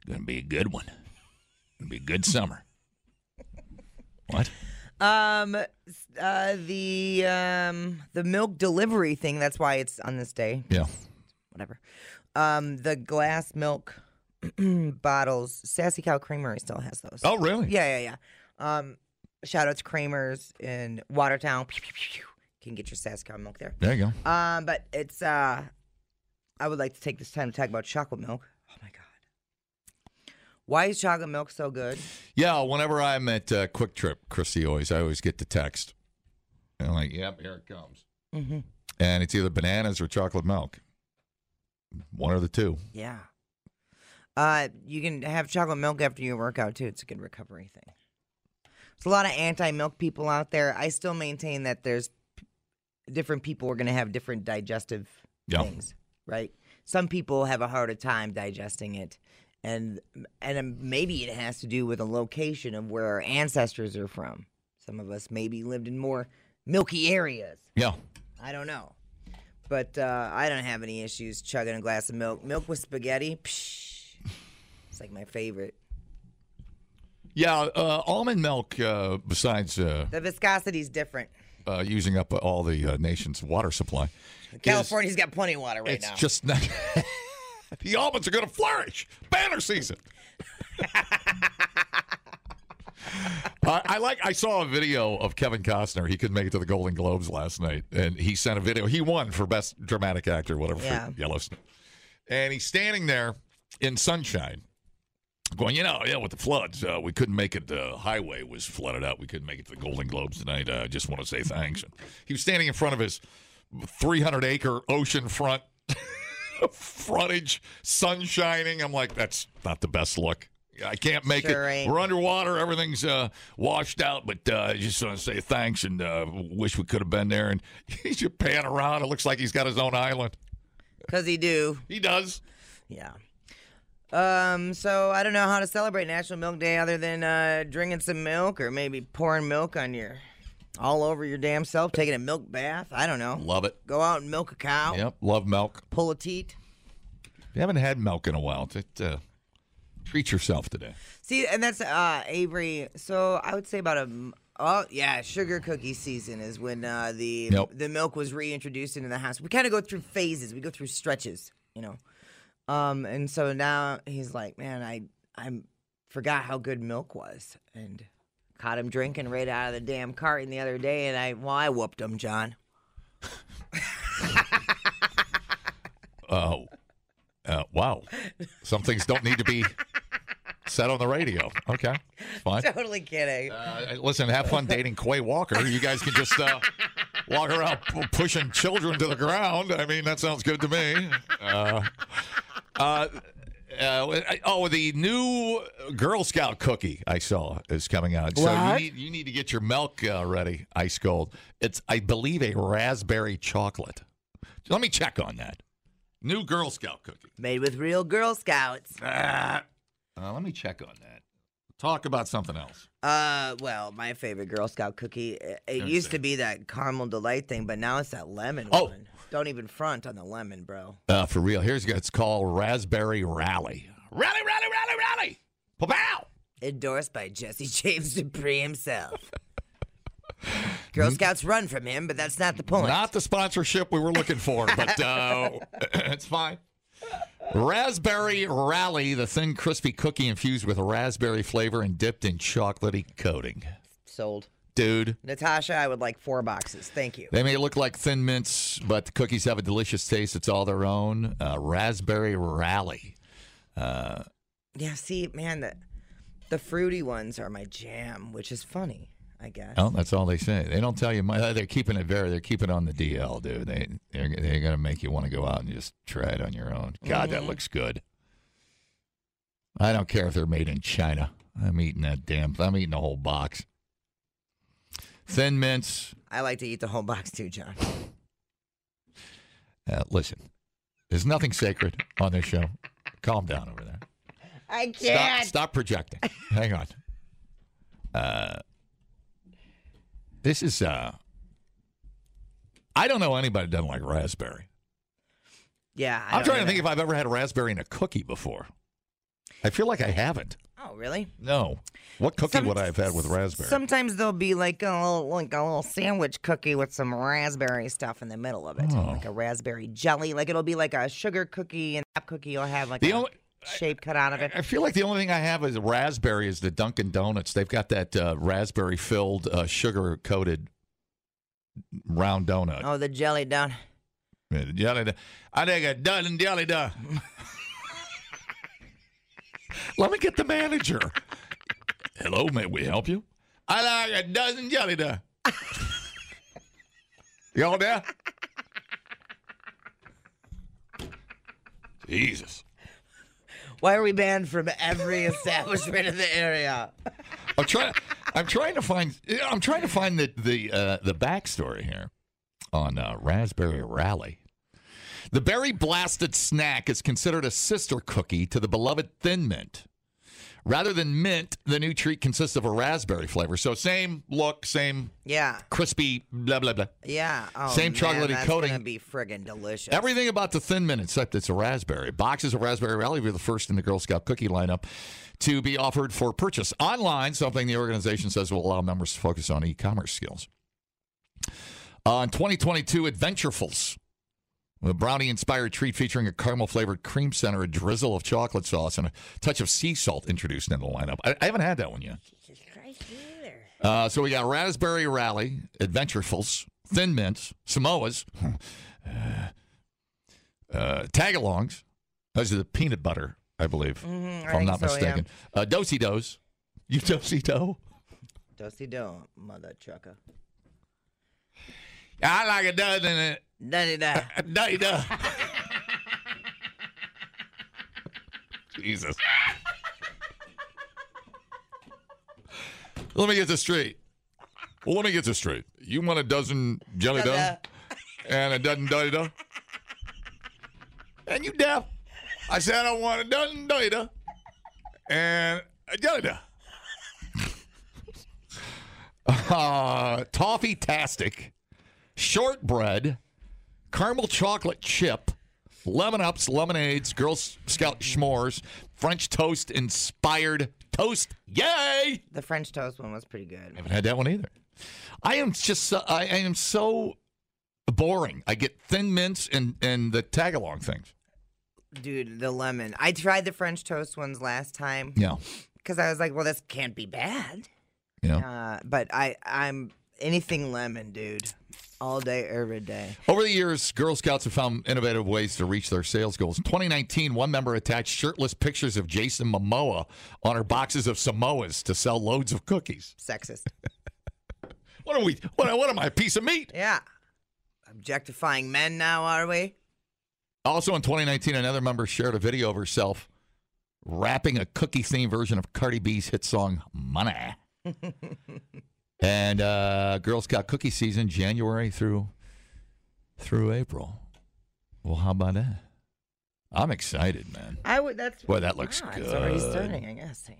Speaker 8: Gonna be a good one. Gonna be a good summer. What?
Speaker 7: Um, s- uh, the um the milk delivery thing. That's why it's on this day.
Speaker 8: Yeah.
Speaker 7: Whatever. Um, the glass milk bottles. Sassy Cow Creamery still has those.
Speaker 8: Oh, really?
Speaker 7: Yeah, yeah, yeah. Um, shout out to Creamers in Watertown. Pew, pew, pew, pew. Can get your Sassy Cow milk there.
Speaker 8: There you go.
Speaker 7: Um, but it's uh, I would like to take this time to talk about chocolate milk. Oh my god, why is chocolate milk so good?
Speaker 8: Yeah, whenever I'm at uh, Quick Trip, Christy always, I always get the text. And I'm like, yep, here it comes.
Speaker 7: Mm-hmm.
Speaker 8: And it's either bananas or chocolate milk. One or the two.
Speaker 7: Yeah. Uh, you can have chocolate milk after your workout too. It's a good recovery thing. There's a lot of anti-milk people out there. I still maintain that there's p- different people are going to have different digestive
Speaker 8: Yeah.
Speaker 7: things, right? Some people have a harder time digesting it, and and um, maybe it has to do with the location of where our ancestors are from. Some of us maybe lived in more milky areas.
Speaker 8: Yeah.
Speaker 7: I don't know. But uh, I don't have any issues chugging a glass of milk. Milk with spaghetti, psh, it's like my favorite.
Speaker 8: Yeah, uh, almond milk, uh, besides uh,
Speaker 7: The viscosity's different.
Speaker 8: uh, using up all the uh, nation's water supply,
Speaker 7: California's got plenty of water right
Speaker 8: it's
Speaker 7: now.
Speaker 8: just not. the almonds are going to flourish. Banner season. Uh, I like. I saw a video of Kevin Costner. He couldn't make it to the Golden Globes last night, and he sent a video. He won for best dramatic actor, whatever,
Speaker 12: Yeah.
Speaker 8: for Yellowstone. And he's standing there in sunshine, going, you know, yeah, with the floods, uh, we couldn't make it. The highway was flooded out. We couldn't make it to the Golden Globes tonight. I just want to say thanks. And he was standing in front of his 300 acre oceanfront frontage, sun shining. I'm like, that's not the best look. I can't make
Speaker 12: Sure
Speaker 8: it.
Speaker 12: ain't.
Speaker 8: We're underwater. Everything's uh, washed out. But uh, I just want to say thanks and uh, wish we could have been there. And he's just pan around. It looks like he's got his own island.
Speaker 7: Cause he do.
Speaker 8: He does.
Speaker 7: Yeah. Um, so I don't know how to celebrate National Milk Day other than uh, drinking some milk or maybe pouring milk on your all over your damn self, taking a milk bath. I don't know.
Speaker 8: Love it.
Speaker 7: Go out and milk a cow,
Speaker 8: Yep. Love milk.
Speaker 7: pull a teat.
Speaker 8: You haven't had milk in a while. Just, uh, treat yourself today.
Speaker 7: See, and that's uh Avery. So I would say about a m- oh yeah, sugar cookie season is when uh, the
Speaker 8: Yep.
Speaker 7: the milk was reintroduced into the house. We kind of go through phases. We go through stretches, you know. Um, and so now he's like, man, I I forgot how good milk was, and caught him drinking right out of the damn carton the other day, and I well I whooped him, John.
Speaker 8: Oh, uh, wow. Some things don't need to be said on the radio. Okay, fine.
Speaker 7: Totally kidding.
Speaker 8: Uh, Listen, have fun dating Quay Walker. You guys can just uh, walk around p- pushing children to the ground. I mean, that sounds good to me. Uh, uh, uh, oh, the new Girl Scout cookie I saw is coming out. So you
Speaker 12: What?
Speaker 8: need, you need to get your milk uh, ready, ice cold. It's, I believe, a raspberry chocolate. Let me check on that. New Girl Scout cookie.
Speaker 7: Made with real Girl Scouts.
Speaker 8: Ah. Uh, let me check on that. Talk about something else.
Speaker 7: Uh, well, my favorite Girl Scout cookie. It, it
Speaker 8: Never
Speaker 7: used
Speaker 8: seen
Speaker 7: to be that caramel delight thing, but now it's that lemon oh. one. Don't even front on the lemon, bro.
Speaker 8: Uh, for real, here's it's called Raspberry Rally. Rally, rally, rally, rally! Pow!
Speaker 7: Endorsed by Jesse James Dupree himself. Girl Scouts run from him, but that's not the point.
Speaker 8: Not the sponsorship we were looking for, but uh, it's fine. Raspberry Rally, the thin, crispy cookie infused with raspberry flavor and dipped in chocolatey coating.
Speaker 7: Sold.
Speaker 8: Dude,
Speaker 7: Natasha, I would like four boxes. Thank you.
Speaker 8: they may look like thin mints, but the cookies have a delicious taste. It's all their own. Uh, raspberry Rally. Uh,
Speaker 7: Yeah, see, man, the the fruity ones are my jam, which is funny, I guess.
Speaker 8: Oh, that's all they say. They don't tell you. mu- uh, They're keeping it very. They're keeping it on the DL, dude. They they're, they're gonna make you want to go out and just try it on your own. God, that
Speaker 7: Mhm.
Speaker 8: looks good. I don't care if they're made in China. I'm eating that damn. I'm eating a whole box. Thin mints.
Speaker 7: I like to eat the whole box too, John.
Speaker 8: Uh, listen, there's nothing sacred on this show. Calm down over there.
Speaker 7: I
Speaker 8: Stop,
Speaker 7: can't.
Speaker 8: stop projecting. Hang on. Uh, this is. Uh, I don't know anybody that doesn't like raspberry.
Speaker 7: Yeah, I
Speaker 8: I'm trying
Speaker 7: don't
Speaker 8: to
Speaker 7: either.
Speaker 8: think if I've ever had a raspberry in a cookie before. I feel like I haven't.
Speaker 7: Oh, really?
Speaker 8: No. What cookie would I have had with raspberry?
Speaker 7: Sometimes there'll be like a little, like a little sandwich cookie with some raspberry stuff in the middle of it,
Speaker 8: Oh.
Speaker 7: like a raspberry jelly. Like it'll be like a sugar cookie and that cookie will have like
Speaker 8: The
Speaker 7: a
Speaker 8: only-
Speaker 7: shape cut out of it.
Speaker 8: I feel like the only thing I have is raspberry is the Dunkin' Donuts. They've got that uh, raspberry filled, uh, sugar coated round donut.
Speaker 7: oh, the jelly down.
Speaker 8: Jelly da- I think a dozen jelly da. Let me get the manager. Hello, may we help you? I like a dozen jelly da. Y'all there? Jesus.
Speaker 7: Why are we banned from every establishment in the area?
Speaker 8: I'm trying. I'm trying to find. I'm trying to find the the uh, the backstory here on uh, Raspberry Rally. The berry blasted snack is considered a sister cookie to the beloved Thin Mint. Rather than mint, the new treat consists of a raspberry flavor. So same look, same
Speaker 7: Yeah,
Speaker 8: crispy, blah blah blah.
Speaker 7: yeah. Oh,
Speaker 8: Same
Speaker 7: man,
Speaker 8: chocolatey
Speaker 7: that's
Speaker 8: coating.
Speaker 7: gonna be friggin' delicious.
Speaker 8: Everything about the Thin Mint, except it's a raspberry. Boxes of Raspberry Rally were the first in the Girl Scout cookie lineup to be offered for purchase online, something the organization says will allow members to focus on e commerce skills. Uh, in 2022, Adventurefuls, a brownie inspired treat featuring a caramel flavored cream center, a drizzle of chocolate sauce, and a touch of sea salt introduced into the lineup. I, I haven't had that one yet. Uh, so we got Raspberry Rally, Adventurefuls, Thin Mints, Samoas, uh, Tagalongs. Those are the peanut butter, I believe,
Speaker 7: Mhm, I
Speaker 8: if I'm
Speaker 7: think
Speaker 8: not
Speaker 7: so, yeah.
Speaker 8: mistaken. Uh, Dosey Does. You Dosey Do?
Speaker 7: Dusty do, mother trucker.
Speaker 8: I like a dozen. uh,
Speaker 7: Dusty da.
Speaker 8: a Dosey Do. Jesus. Let me get this straight. Well, let me get this straight. You want a dozen jelly
Speaker 7: Jelly
Speaker 8: dough and a dozen dotty dough? And you deaf. I said I want a dozen dotty dough and a jelly dough. uh, toffee tastic, shortbread, caramel chocolate chip, lemon ups, lemonades, Girl Scout s'mores, French toast inspired toast. Yay!
Speaker 7: The French toast one was pretty good.
Speaker 8: haven't had that one either. I am just so, I, I am so boring. I get thin mints and and the tagalong things.
Speaker 7: Dude, the lemon. I tried the French toast ones last time
Speaker 8: Yeah,
Speaker 7: because I was like, well, this can't be bad.
Speaker 8: you know.
Speaker 7: Uh, but I, I'm anything lemon, dude, all day, every day.
Speaker 8: Over the years, Girl Scouts have found innovative ways to reach their sales goals. In 2019, one member attached shirtless pictures of Jason Momoa on her boxes of Samoas to sell loads of cookies.
Speaker 7: Sexist.
Speaker 8: What are we? What, what am I? A piece of meat?
Speaker 7: yeah. Objectifying men now, are we?
Speaker 8: Also in 2019, another member shared a video of herself rapping a cookie themed version of Cardi B's hit song Money. and uh, Girl Scout cookie season, January through through April. Well, how about that? I'm excited, man.
Speaker 7: I would. That's.
Speaker 8: Boy, that looks
Speaker 7: wow, It's already
Speaker 8: good.
Speaker 7: starting, I guess.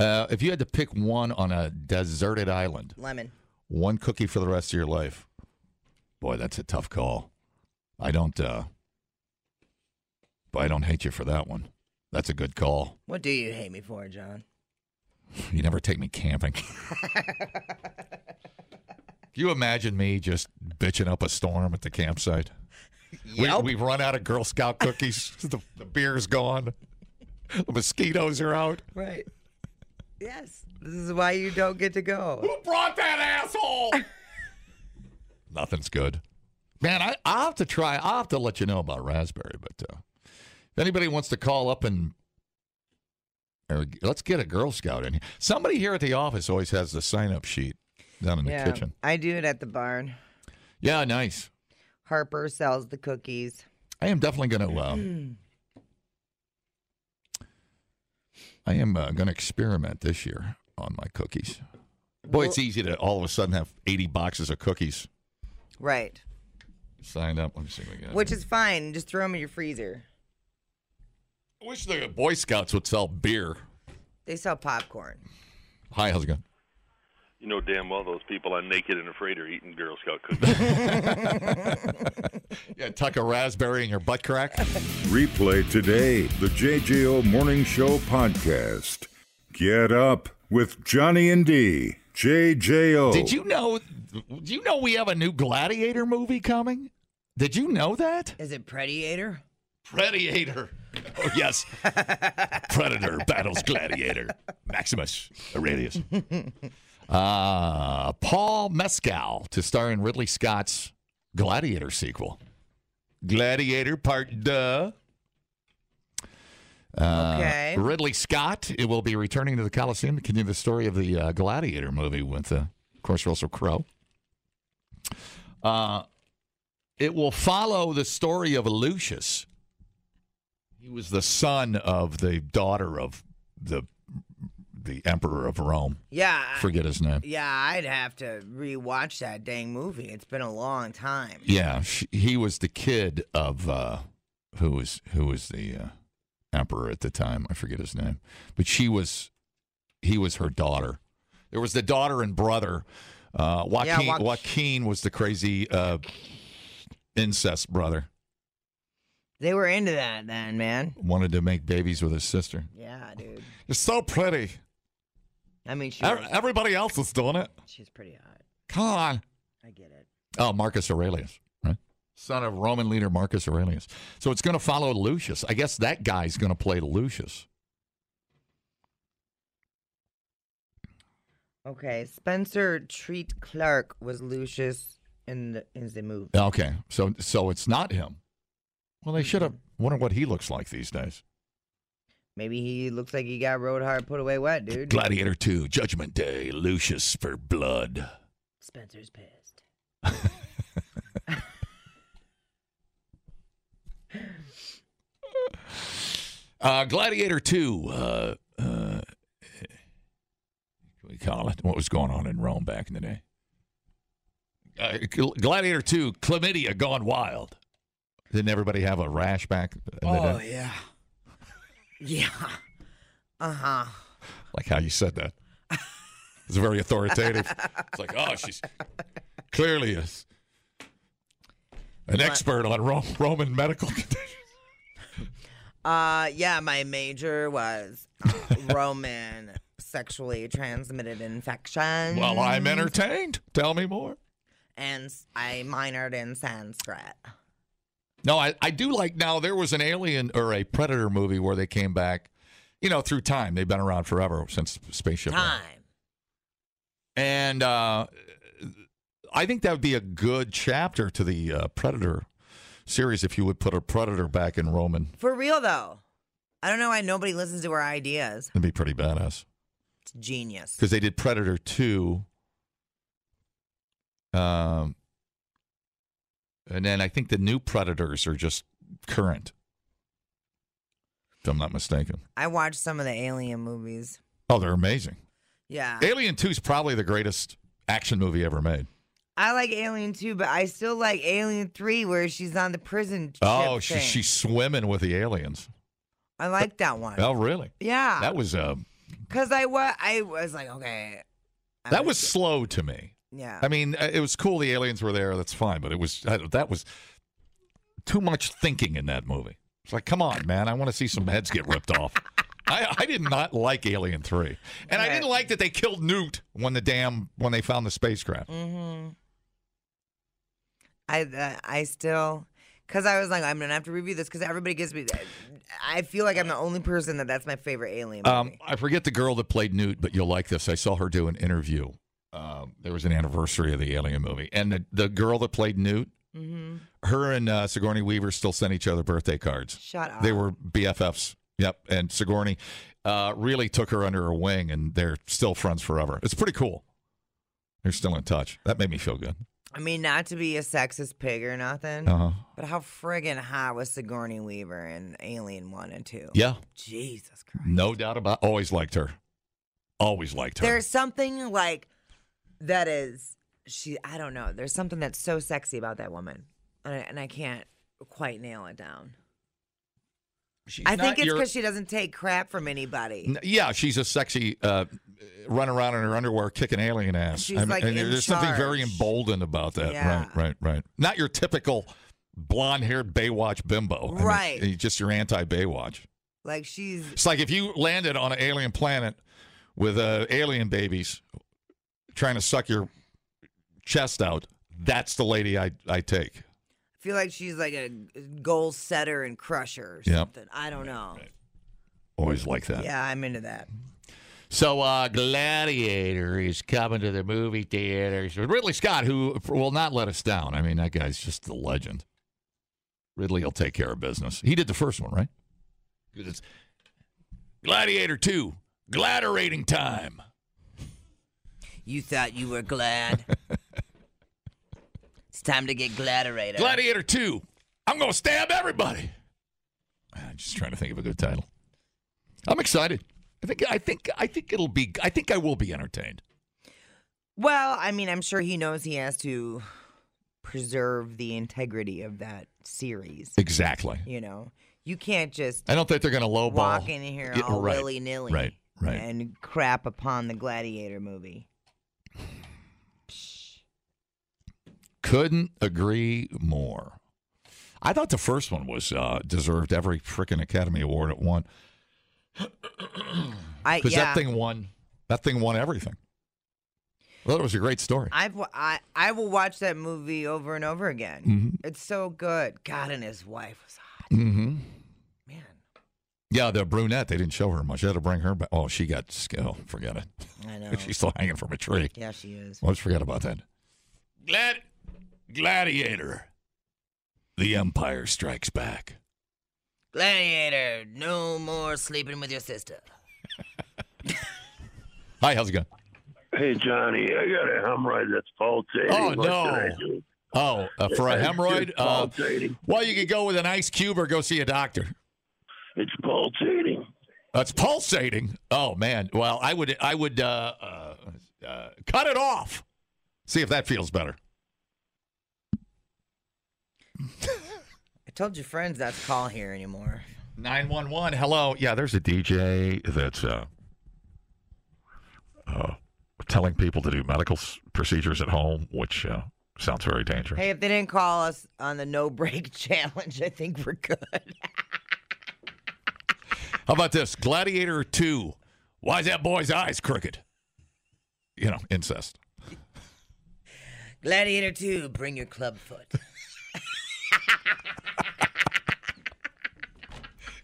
Speaker 8: Uh, if you had to pick one on a deserted island,
Speaker 7: Lemon.
Speaker 8: one cookie for the rest of your life, boy, that's a tough call. I don't, uh, but I don't hate you for that one. That's a good call.
Speaker 7: What do you hate me for, John?
Speaker 8: You never take me camping. Can you imagine me just bitching up a storm at the campsite?
Speaker 7: Yep.
Speaker 8: We, we've run out of Girl Scout cookies. the, the beer's gone. The mosquitoes are out.
Speaker 7: Right. Yes. This is why you don't get to go.
Speaker 8: brought that asshole? Nothing's good. Man, I, I'll have to try. I'll have to let you know about raspberry. But uh, if anybody wants to call up and or let's get a Girl Scout in here. Somebody here at the office always has the sign up sheet down in
Speaker 7: yeah.
Speaker 8: the kitchen.
Speaker 7: I do it at the barn.
Speaker 8: Yeah, nice.
Speaker 7: Harper sells the cookies.
Speaker 8: I am definitely going to. Uh, I am uh, going to experiment this year on my cookies. Boy, it's easy to all of a sudden have 80 boxes of cookies
Speaker 7: Right.
Speaker 8: signed up. Let me see what we got.
Speaker 7: Which is fine. Just throw them in your freezer.
Speaker 8: I wish the Boy Scouts would sell beer.
Speaker 7: They sell popcorn.
Speaker 8: Hi, how's it going?
Speaker 6: You know damn well those people on Naked and Afraid are eating Girl Scout cookies.
Speaker 8: Yeah, tuck a raspberry in your butt crack.
Speaker 1: Replay today the JJO Morning Show podcast. Get up with Johnny and D. JJO.
Speaker 8: Did you know? Do you know we have a new Gladiator movie coming? Did you know that?
Speaker 7: Is it Predator?
Speaker 8: Predator. Oh yes, Predator battles Gladiator. Maximus Aurelius. Uh, Paul Mescal to star in Ridley Scott's Gladiator sequel. Gladiator Part Duh. Uh,
Speaker 7: Okay.
Speaker 8: Ridley Scott. It will be returning to the Coliseum to continue the story of the uh, Gladiator movie with, uh, of course, Russell Crowe. Uh, it will follow the story of Lucius. He was the son of the daughter of the the emperor of Rome.
Speaker 7: Yeah. I-
Speaker 8: Forget his name.
Speaker 7: Yeah, I'd have to rewatch that dang movie. It's been a long time.
Speaker 8: Yeah, she, he was the kid of uh, who was who was the uh, emperor at the time. I forget his name, but she was he was her daughter. There was the daughter and brother. Uh,
Speaker 7: Yeah,
Speaker 8: Joaquin,
Speaker 7: Joaqu-
Speaker 8: Joaquin was the crazy uh, incest brother.
Speaker 7: They were into that then, man.
Speaker 8: Wanted to make babies with his sister.
Speaker 7: Yeah, dude.
Speaker 8: It's so pretty.
Speaker 7: I mean, she
Speaker 8: Ev-
Speaker 7: was,
Speaker 8: Everybody else is doing it.
Speaker 7: she's pretty hot.
Speaker 8: Come on.
Speaker 7: I get it.
Speaker 8: Oh, Marcus Aurelius, right? Son of Roman leader Marcus Aurelius. So it's going to follow Lucius. I guess that guy's going to play Lucius.
Speaker 7: Okay, Spencer Treat Clark was Lucius in the in the movie.
Speaker 8: Okay, so so it's not him. Well, they should have wonder what he looks like these days.
Speaker 7: Maybe he looks like he got road hard put away wet, dude.
Speaker 8: Gladiator Two, Judgment Day, Lucius for blood.
Speaker 7: Spencer's pissed.
Speaker 8: Uh, Gladiator Two. Uh, uh, what do we call it? What was going on in Rome back in the day? Uh, Gl- Gladiator Two, chlamydia gone wild. Didn't everybody have a rash back? In the
Speaker 7: Oh
Speaker 8: day?
Speaker 7: yeah. Yeah. Uh-huh.
Speaker 8: like how you said that. It's very authoritative. it's like, oh, she's clearly a, an expert on Ro- Roman medical conditions.
Speaker 7: Uh yeah, my major was uh, Roman sexually transmitted infection.
Speaker 8: Well, I'm entertained. Tell me more.
Speaker 7: and s- I minored in Sanskrit.
Speaker 8: No, I, I do like now. There was an alien or a predator movie where they came back, you know, through time. They've been around forever since Spaceship. Time.
Speaker 7: Time.
Speaker 8: And uh, I think that would be a good chapter to the uh, Predator series if you would put a Predator back in Roman.
Speaker 7: For real though. I don't know why nobody listens to our ideas.
Speaker 8: It'd be pretty badass.
Speaker 7: It's genius.
Speaker 8: because they did Predator two. Um, and then I think the new Predators are just current, if I'm not mistaken.
Speaker 7: I watched some of the alien movies.
Speaker 8: Oh, they're amazing.
Speaker 7: Yeah.
Speaker 8: Alien two is probably the greatest action movie ever made.
Speaker 7: I like Alien 2, but I still like Alien 3 where she's on the prison
Speaker 8: Oh,
Speaker 7: ship
Speaker 8: she,
Speaker 7: thing.
Speaker 8: she's swimming with the aliens.
Speaker 7: I like that one.
Speaker 8: Oh, really?
Speaker 7: Yeah.
Speaker 8: That was uh,
Speaker 7: Cuz I was I was like, okay. I
Speaker 8: that was slow to me.
Speaker 7: Yeah.
Speaker 8: I mean, uh, it was cool the aliens were there. That's fine, but it was I, that was too much thinking in that movie. It's like, come on, man! I want to see some heads get ripped off. I, I did not like Alien Three, and I didn't like that they killed Newt when the damn when they found the spacecraft.
Speaker 7: Mhm. I uh, I still, because I was like, I'm gonna have to review this because everybody gives me. that. I feel like I'm the only person that that's my favorite alien.
Speaker 8: Um, I forget the girl that played Newt, but you'll like this. I saw her do an interview. Um, there was an anniversary of the Alien movie, and the, the girl that played Newt,
Speaker 7: Mm-hmm.
Speaker 8: her and uh, Sigourney Weaver still sent each other birthday cards.
Speaker 7: Shut up.
Speaker 8: They were BFFs. Yep, and Sigourney uh, really took her under her wing, and they're still friends forever. It's pretty cool. They're still in touch. That made me feel good.
Speaker 7: I mean, not to be a sexist pig or nothing,
Speaker 8: Uh-huh.
Speaker 7: but how friggin' hot was Sigourney Weaver in Alien One and Two?
Speaker 8: Yeah.
Speaker 7: Jesus.
Speaker 8: No doubt about. Always liked her. Always liked her.
Speaker 7: There's something like that is she. I don't know. There's something that's so sexy about that woman, and I, and I can't quite nail it down.
Speaker 8: She's
Speaker 7: I think
Speaker 8: not
Speaker 7: it's
Speaker 8: your-
Speaker 7: because she doesn't take crap from anybody.
Speaker 8: N- Yeah, she's a sexy uh, run around in her underwear, kicking alien ass.
Speaker 7: She's, like,
Speaker 8: and
Speaker 7: in
Speaker 8: there's something very emboldened about that.
Speaker 7: Yeah.
Speaker 8: Right, right, right. Not your typical blonde-haired Baywatch bimbo. I mean,
Speaker 7: Right.
Speaker 8: you- just your anti-Baywatch.
Speaker 7: Like she's
Speaker 8: It's like if you landed on an alien planet with uh, alien babies trying to suck your chest out. That's the lady I I take.
Speaker 7: I feel like she's like a goal setter and crusher or
Speaker 8: Yeah.
Speaker 7: something. I don't know.
Speaker 8: Always like that.
Speaker 7: Yeah, I'm into that.
Speaker 8: So uh, Gladiator is coming to the movie theaters. Ridley Scott, who will not let us down. I mean, that guy's just the legend. Ridley will take care of business. He did the first one, right? 'Cause it's Gladiator 2, gladerating time.
Speaker 7: You thought you were glad. it's time to get gladiator.
Speaker 8: Gladiator 2, I'm going to stab everybody. I'm just trying to think of a good title. I'm excited. I think I think I think it'll be I think I will be entertained.
Speaker 7: Well, I mean, I'm sure he knows he has to preserve the integrity of that series.
Speaker 8: Exactly.
Speaker 7: You know, you can't just
Speaker 8: I don't think they're going to lowball.
Speaker 7: walk in here
Speaker 8: Yeah,
Speaker 7: all
Speaker 8: right,
Speaker 7: willy nilly
Speaker 8: Right, right.
Speaker 7: and crap upon the gladiator movie.
Speaker 8: Couldn't agree more. I thought the first one was uh, deserved every freaking Academy Award it won
Speaker 7: I
Speaker 8: because
Speaker 7: yeah.
Speaker 8: that thing won. That thing won everything. I thought it was a great story.
Speaker 7: I've wa- I I will watch that movie over and over again.
Speaker 8: Mhm.
Speaker 7: It's so good. God and his wife was
Speaker 8: Mm-hmm. Man. Yeah, the brunette. They didn't show her much. They had to bring her back. Oh, she got. sc- Oh, forget it.
Speaker 7: I know.
Speaker 8: She's still hanging from a tree.
Speaker 7: Yeah, she is.
Speaker 8: Let's forget about that. Glad, gladiator. The Empire Strikes Back.
Speaker 7: Gladiator, no more sleeping with your sister.
Speaker 8: Hi, how's it going?
Speaker 19: Hey Johnny, I got a hemorrhoid that's pulsating.
Speaker 8: Oh,
Speaker 19: what Can I
Speaker 8: no.
Speaker 19: do?
Speaker 8: Oh, uh, for a
Speaker 19: It's
Speaker 8: hemorrhoid?
Speaker 19: just
Speaker 8: Uh,
Speaker 19: pulsating.
Speaker 8: well, you could go with an ice cube or go see a doctor.
Speaker 19: It's pulsating.
Speaker 8: That's pulsating. Oh man. Well, I would I would uh, uh, uh, cut it off. See if that feels better.
Speaker 7: I told your friends not to call here anymore.
Speaker 8: Nine one one. Hello. Yeah, there's a DJ that's uh, uh, telling people to do medical s- procedures at home, which uh, sounds very dangerous.
Speaker 7: Hey, if they didn't call us on the no break challenge, I think we're good.
Speaker 8: How about this? Gladiator 2. Why is that boy's eyes crooked? You know, incest.
Speaker 7: Gladiator 2, bring your club foot.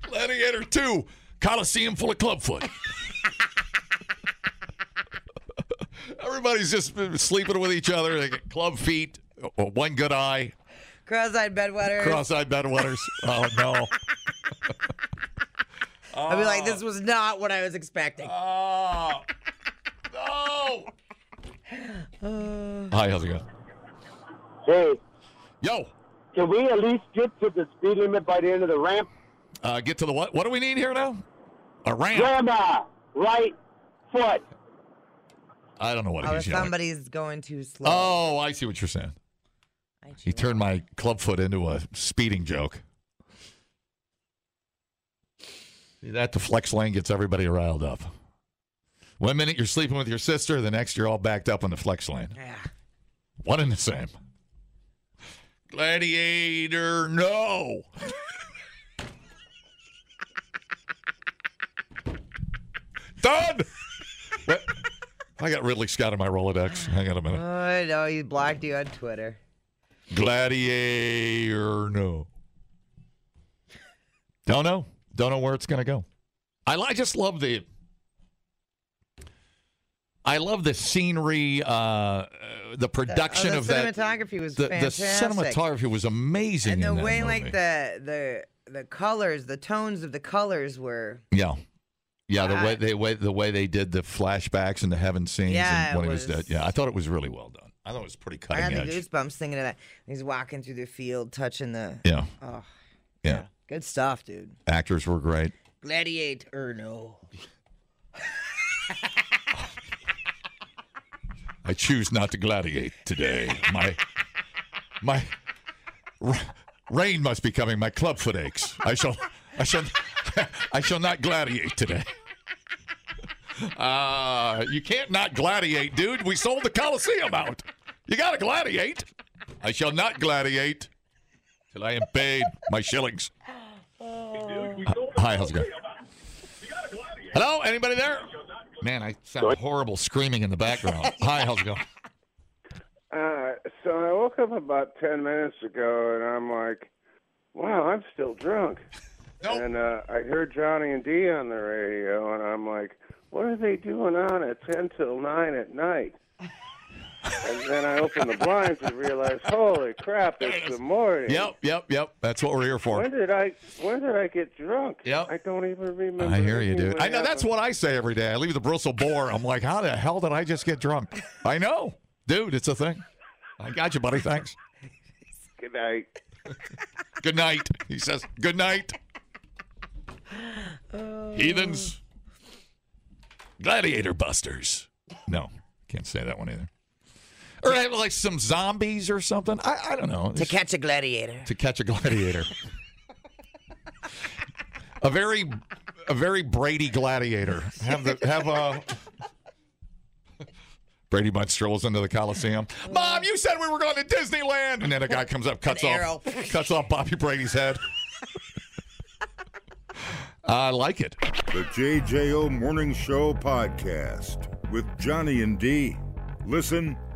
Speaker 8: Gladiator 2, Coliseum full of clubfoot. Everybody's just sleeping with each other. They get club feet, or one good eye,
Speaker 7: Cross eyed bedwetter.
Speaker 8: cross eyed bedwetters. Oh, no.
Speaker 7: I'd be like, this was not what I was expecting.
Speaker 8: Oh. No. Hi, how's it going?
Speaker 20: Hey.
Speaker 8: Yo.
Speaker 20: Can we at least get to the speed limit by the end of the ramp?
Speaker 8: Uh, get to the what? What do we need here now? A ramp.
Speaker 20: Grandma, right foot.
Speaker 8: I don't know what
Speaker 7: Oh,
Speaker 8: he's
Speaker 7: if
Speaker 8: yelling.
Speaker 7: somebody's going too slow.
Speaker 8: Oh, I see what you're saying. He turned my club foot into a speeding joke. See, That the flex lane gets everybody riled up. One minute you're sleeping with your sister, the next you're all backed up on the flex lane.
Speaker 7: Yeah.
Speaker 8: One and the same. Gladiator, no. Done. What? I got Ridley Scott in my Rolodex. Hang on a minute.
Speaker 7: Oh, I know. He blocked you on Twitter.
Speaker 8: Gladiator. No. Don't know. Don't know where it's going to go. I, li- I just love the. I love the scenery, uh, uh, the production
Speaker 7: Oh, the
Speaker 8: of that.
Speaker 7: cinematography was
Speaker 8: the, the
Speaker 7: fantastic.
Speaker 8: cinematography was amazing.
Speaker 7: and the
Speaker 8: in that
Speaker 7: way
Speaker 8: movie.
Speaker 7: like the the the colors, the tones of the colors were
Speaker 8: Yeah. Yeah, the way they way the way they did the flashbacks and the heaven scenes
Speaker 7: Yeah,
Speaker 8: and when
Speaker 7: it
Speaker 8: he was,
Speaker 7: was-
Speaker 8: dead. Yeah, I thought it was really well done. I thought it was pretty
Speaker 7: I
Speaker 8: cutting
Speaker 7: had the
Speaker 8: edge.
Speaker 7: goosebumps thinking of that. He's walking through the field, touching the
Speaker 8: Yeah.
Speaker 7: Oh,
Speaker 8: Yeah.
Speaker 7: good stuff, dude.
Speaker 8: Actors were great.
Speaker 7: Gladiator, no.
Speaker 8: I choose not to gladiate today. My my r- rain must be coming. My clubfoot aches. I shall I shall I shall not gladiate today. Uh, you can't not gladiate, dude. We sold the Coliseum out. You got to gladiate. I shall not gladiate till I am paid my shillings. Hi, how's it going? Hello, anybody there? Man, I sound horrible screaming in the background. Hi, how's it going?
Speaker 21: Uh, so I woke up about 10 minutes ago and I'm like, wow, I'm still drunk. And uh, I heard Johnny and Dee on the radio and I'm like, what are they doing on at 10 till 9 at night? and then I opened the blinds and realized, holy crap, it's the morning.
Speaker 8: Yep, yep, yep. That's what we're here for.
Speaker 21: When did I when did I get drunk?
Speaker 8: Yep.
Speaker 21: I don't even remember.
Speaker 8: I hear you, dude.
Speaker 21: anything
Speaker 8: I know that's
Speaker 21: happened.
Speaker 8: what I say every day. I leave the bristle bore. I'm like, how the hell did I just get drunk? I know, dude. It's a thing. I got you, buddy. Thanks.
Speaker 21: Good night.
Speaker 8: Good night. He says, good night. Heathens. Gladiator busters. No, can't say that one either. Or have, like some zombies or something. I, I don't know.
Speaker 7: To catch a gladiator.
Speaker 8: to catch a gladiator. a very, a very Brady gladiator. Have the have a. Brady Bunch strolls into the Coliseum. Mom, you said we were going to Disneyland, and then a guy comes up, cuts
Speaker 12: An
Speaker 8: off,
Speaker 12: arrow.
Speaker 8: cuts off Bobby Brady's head. I like it.
Speaker 1: The JJO Morning Show podcast with Johnny and D. Listen,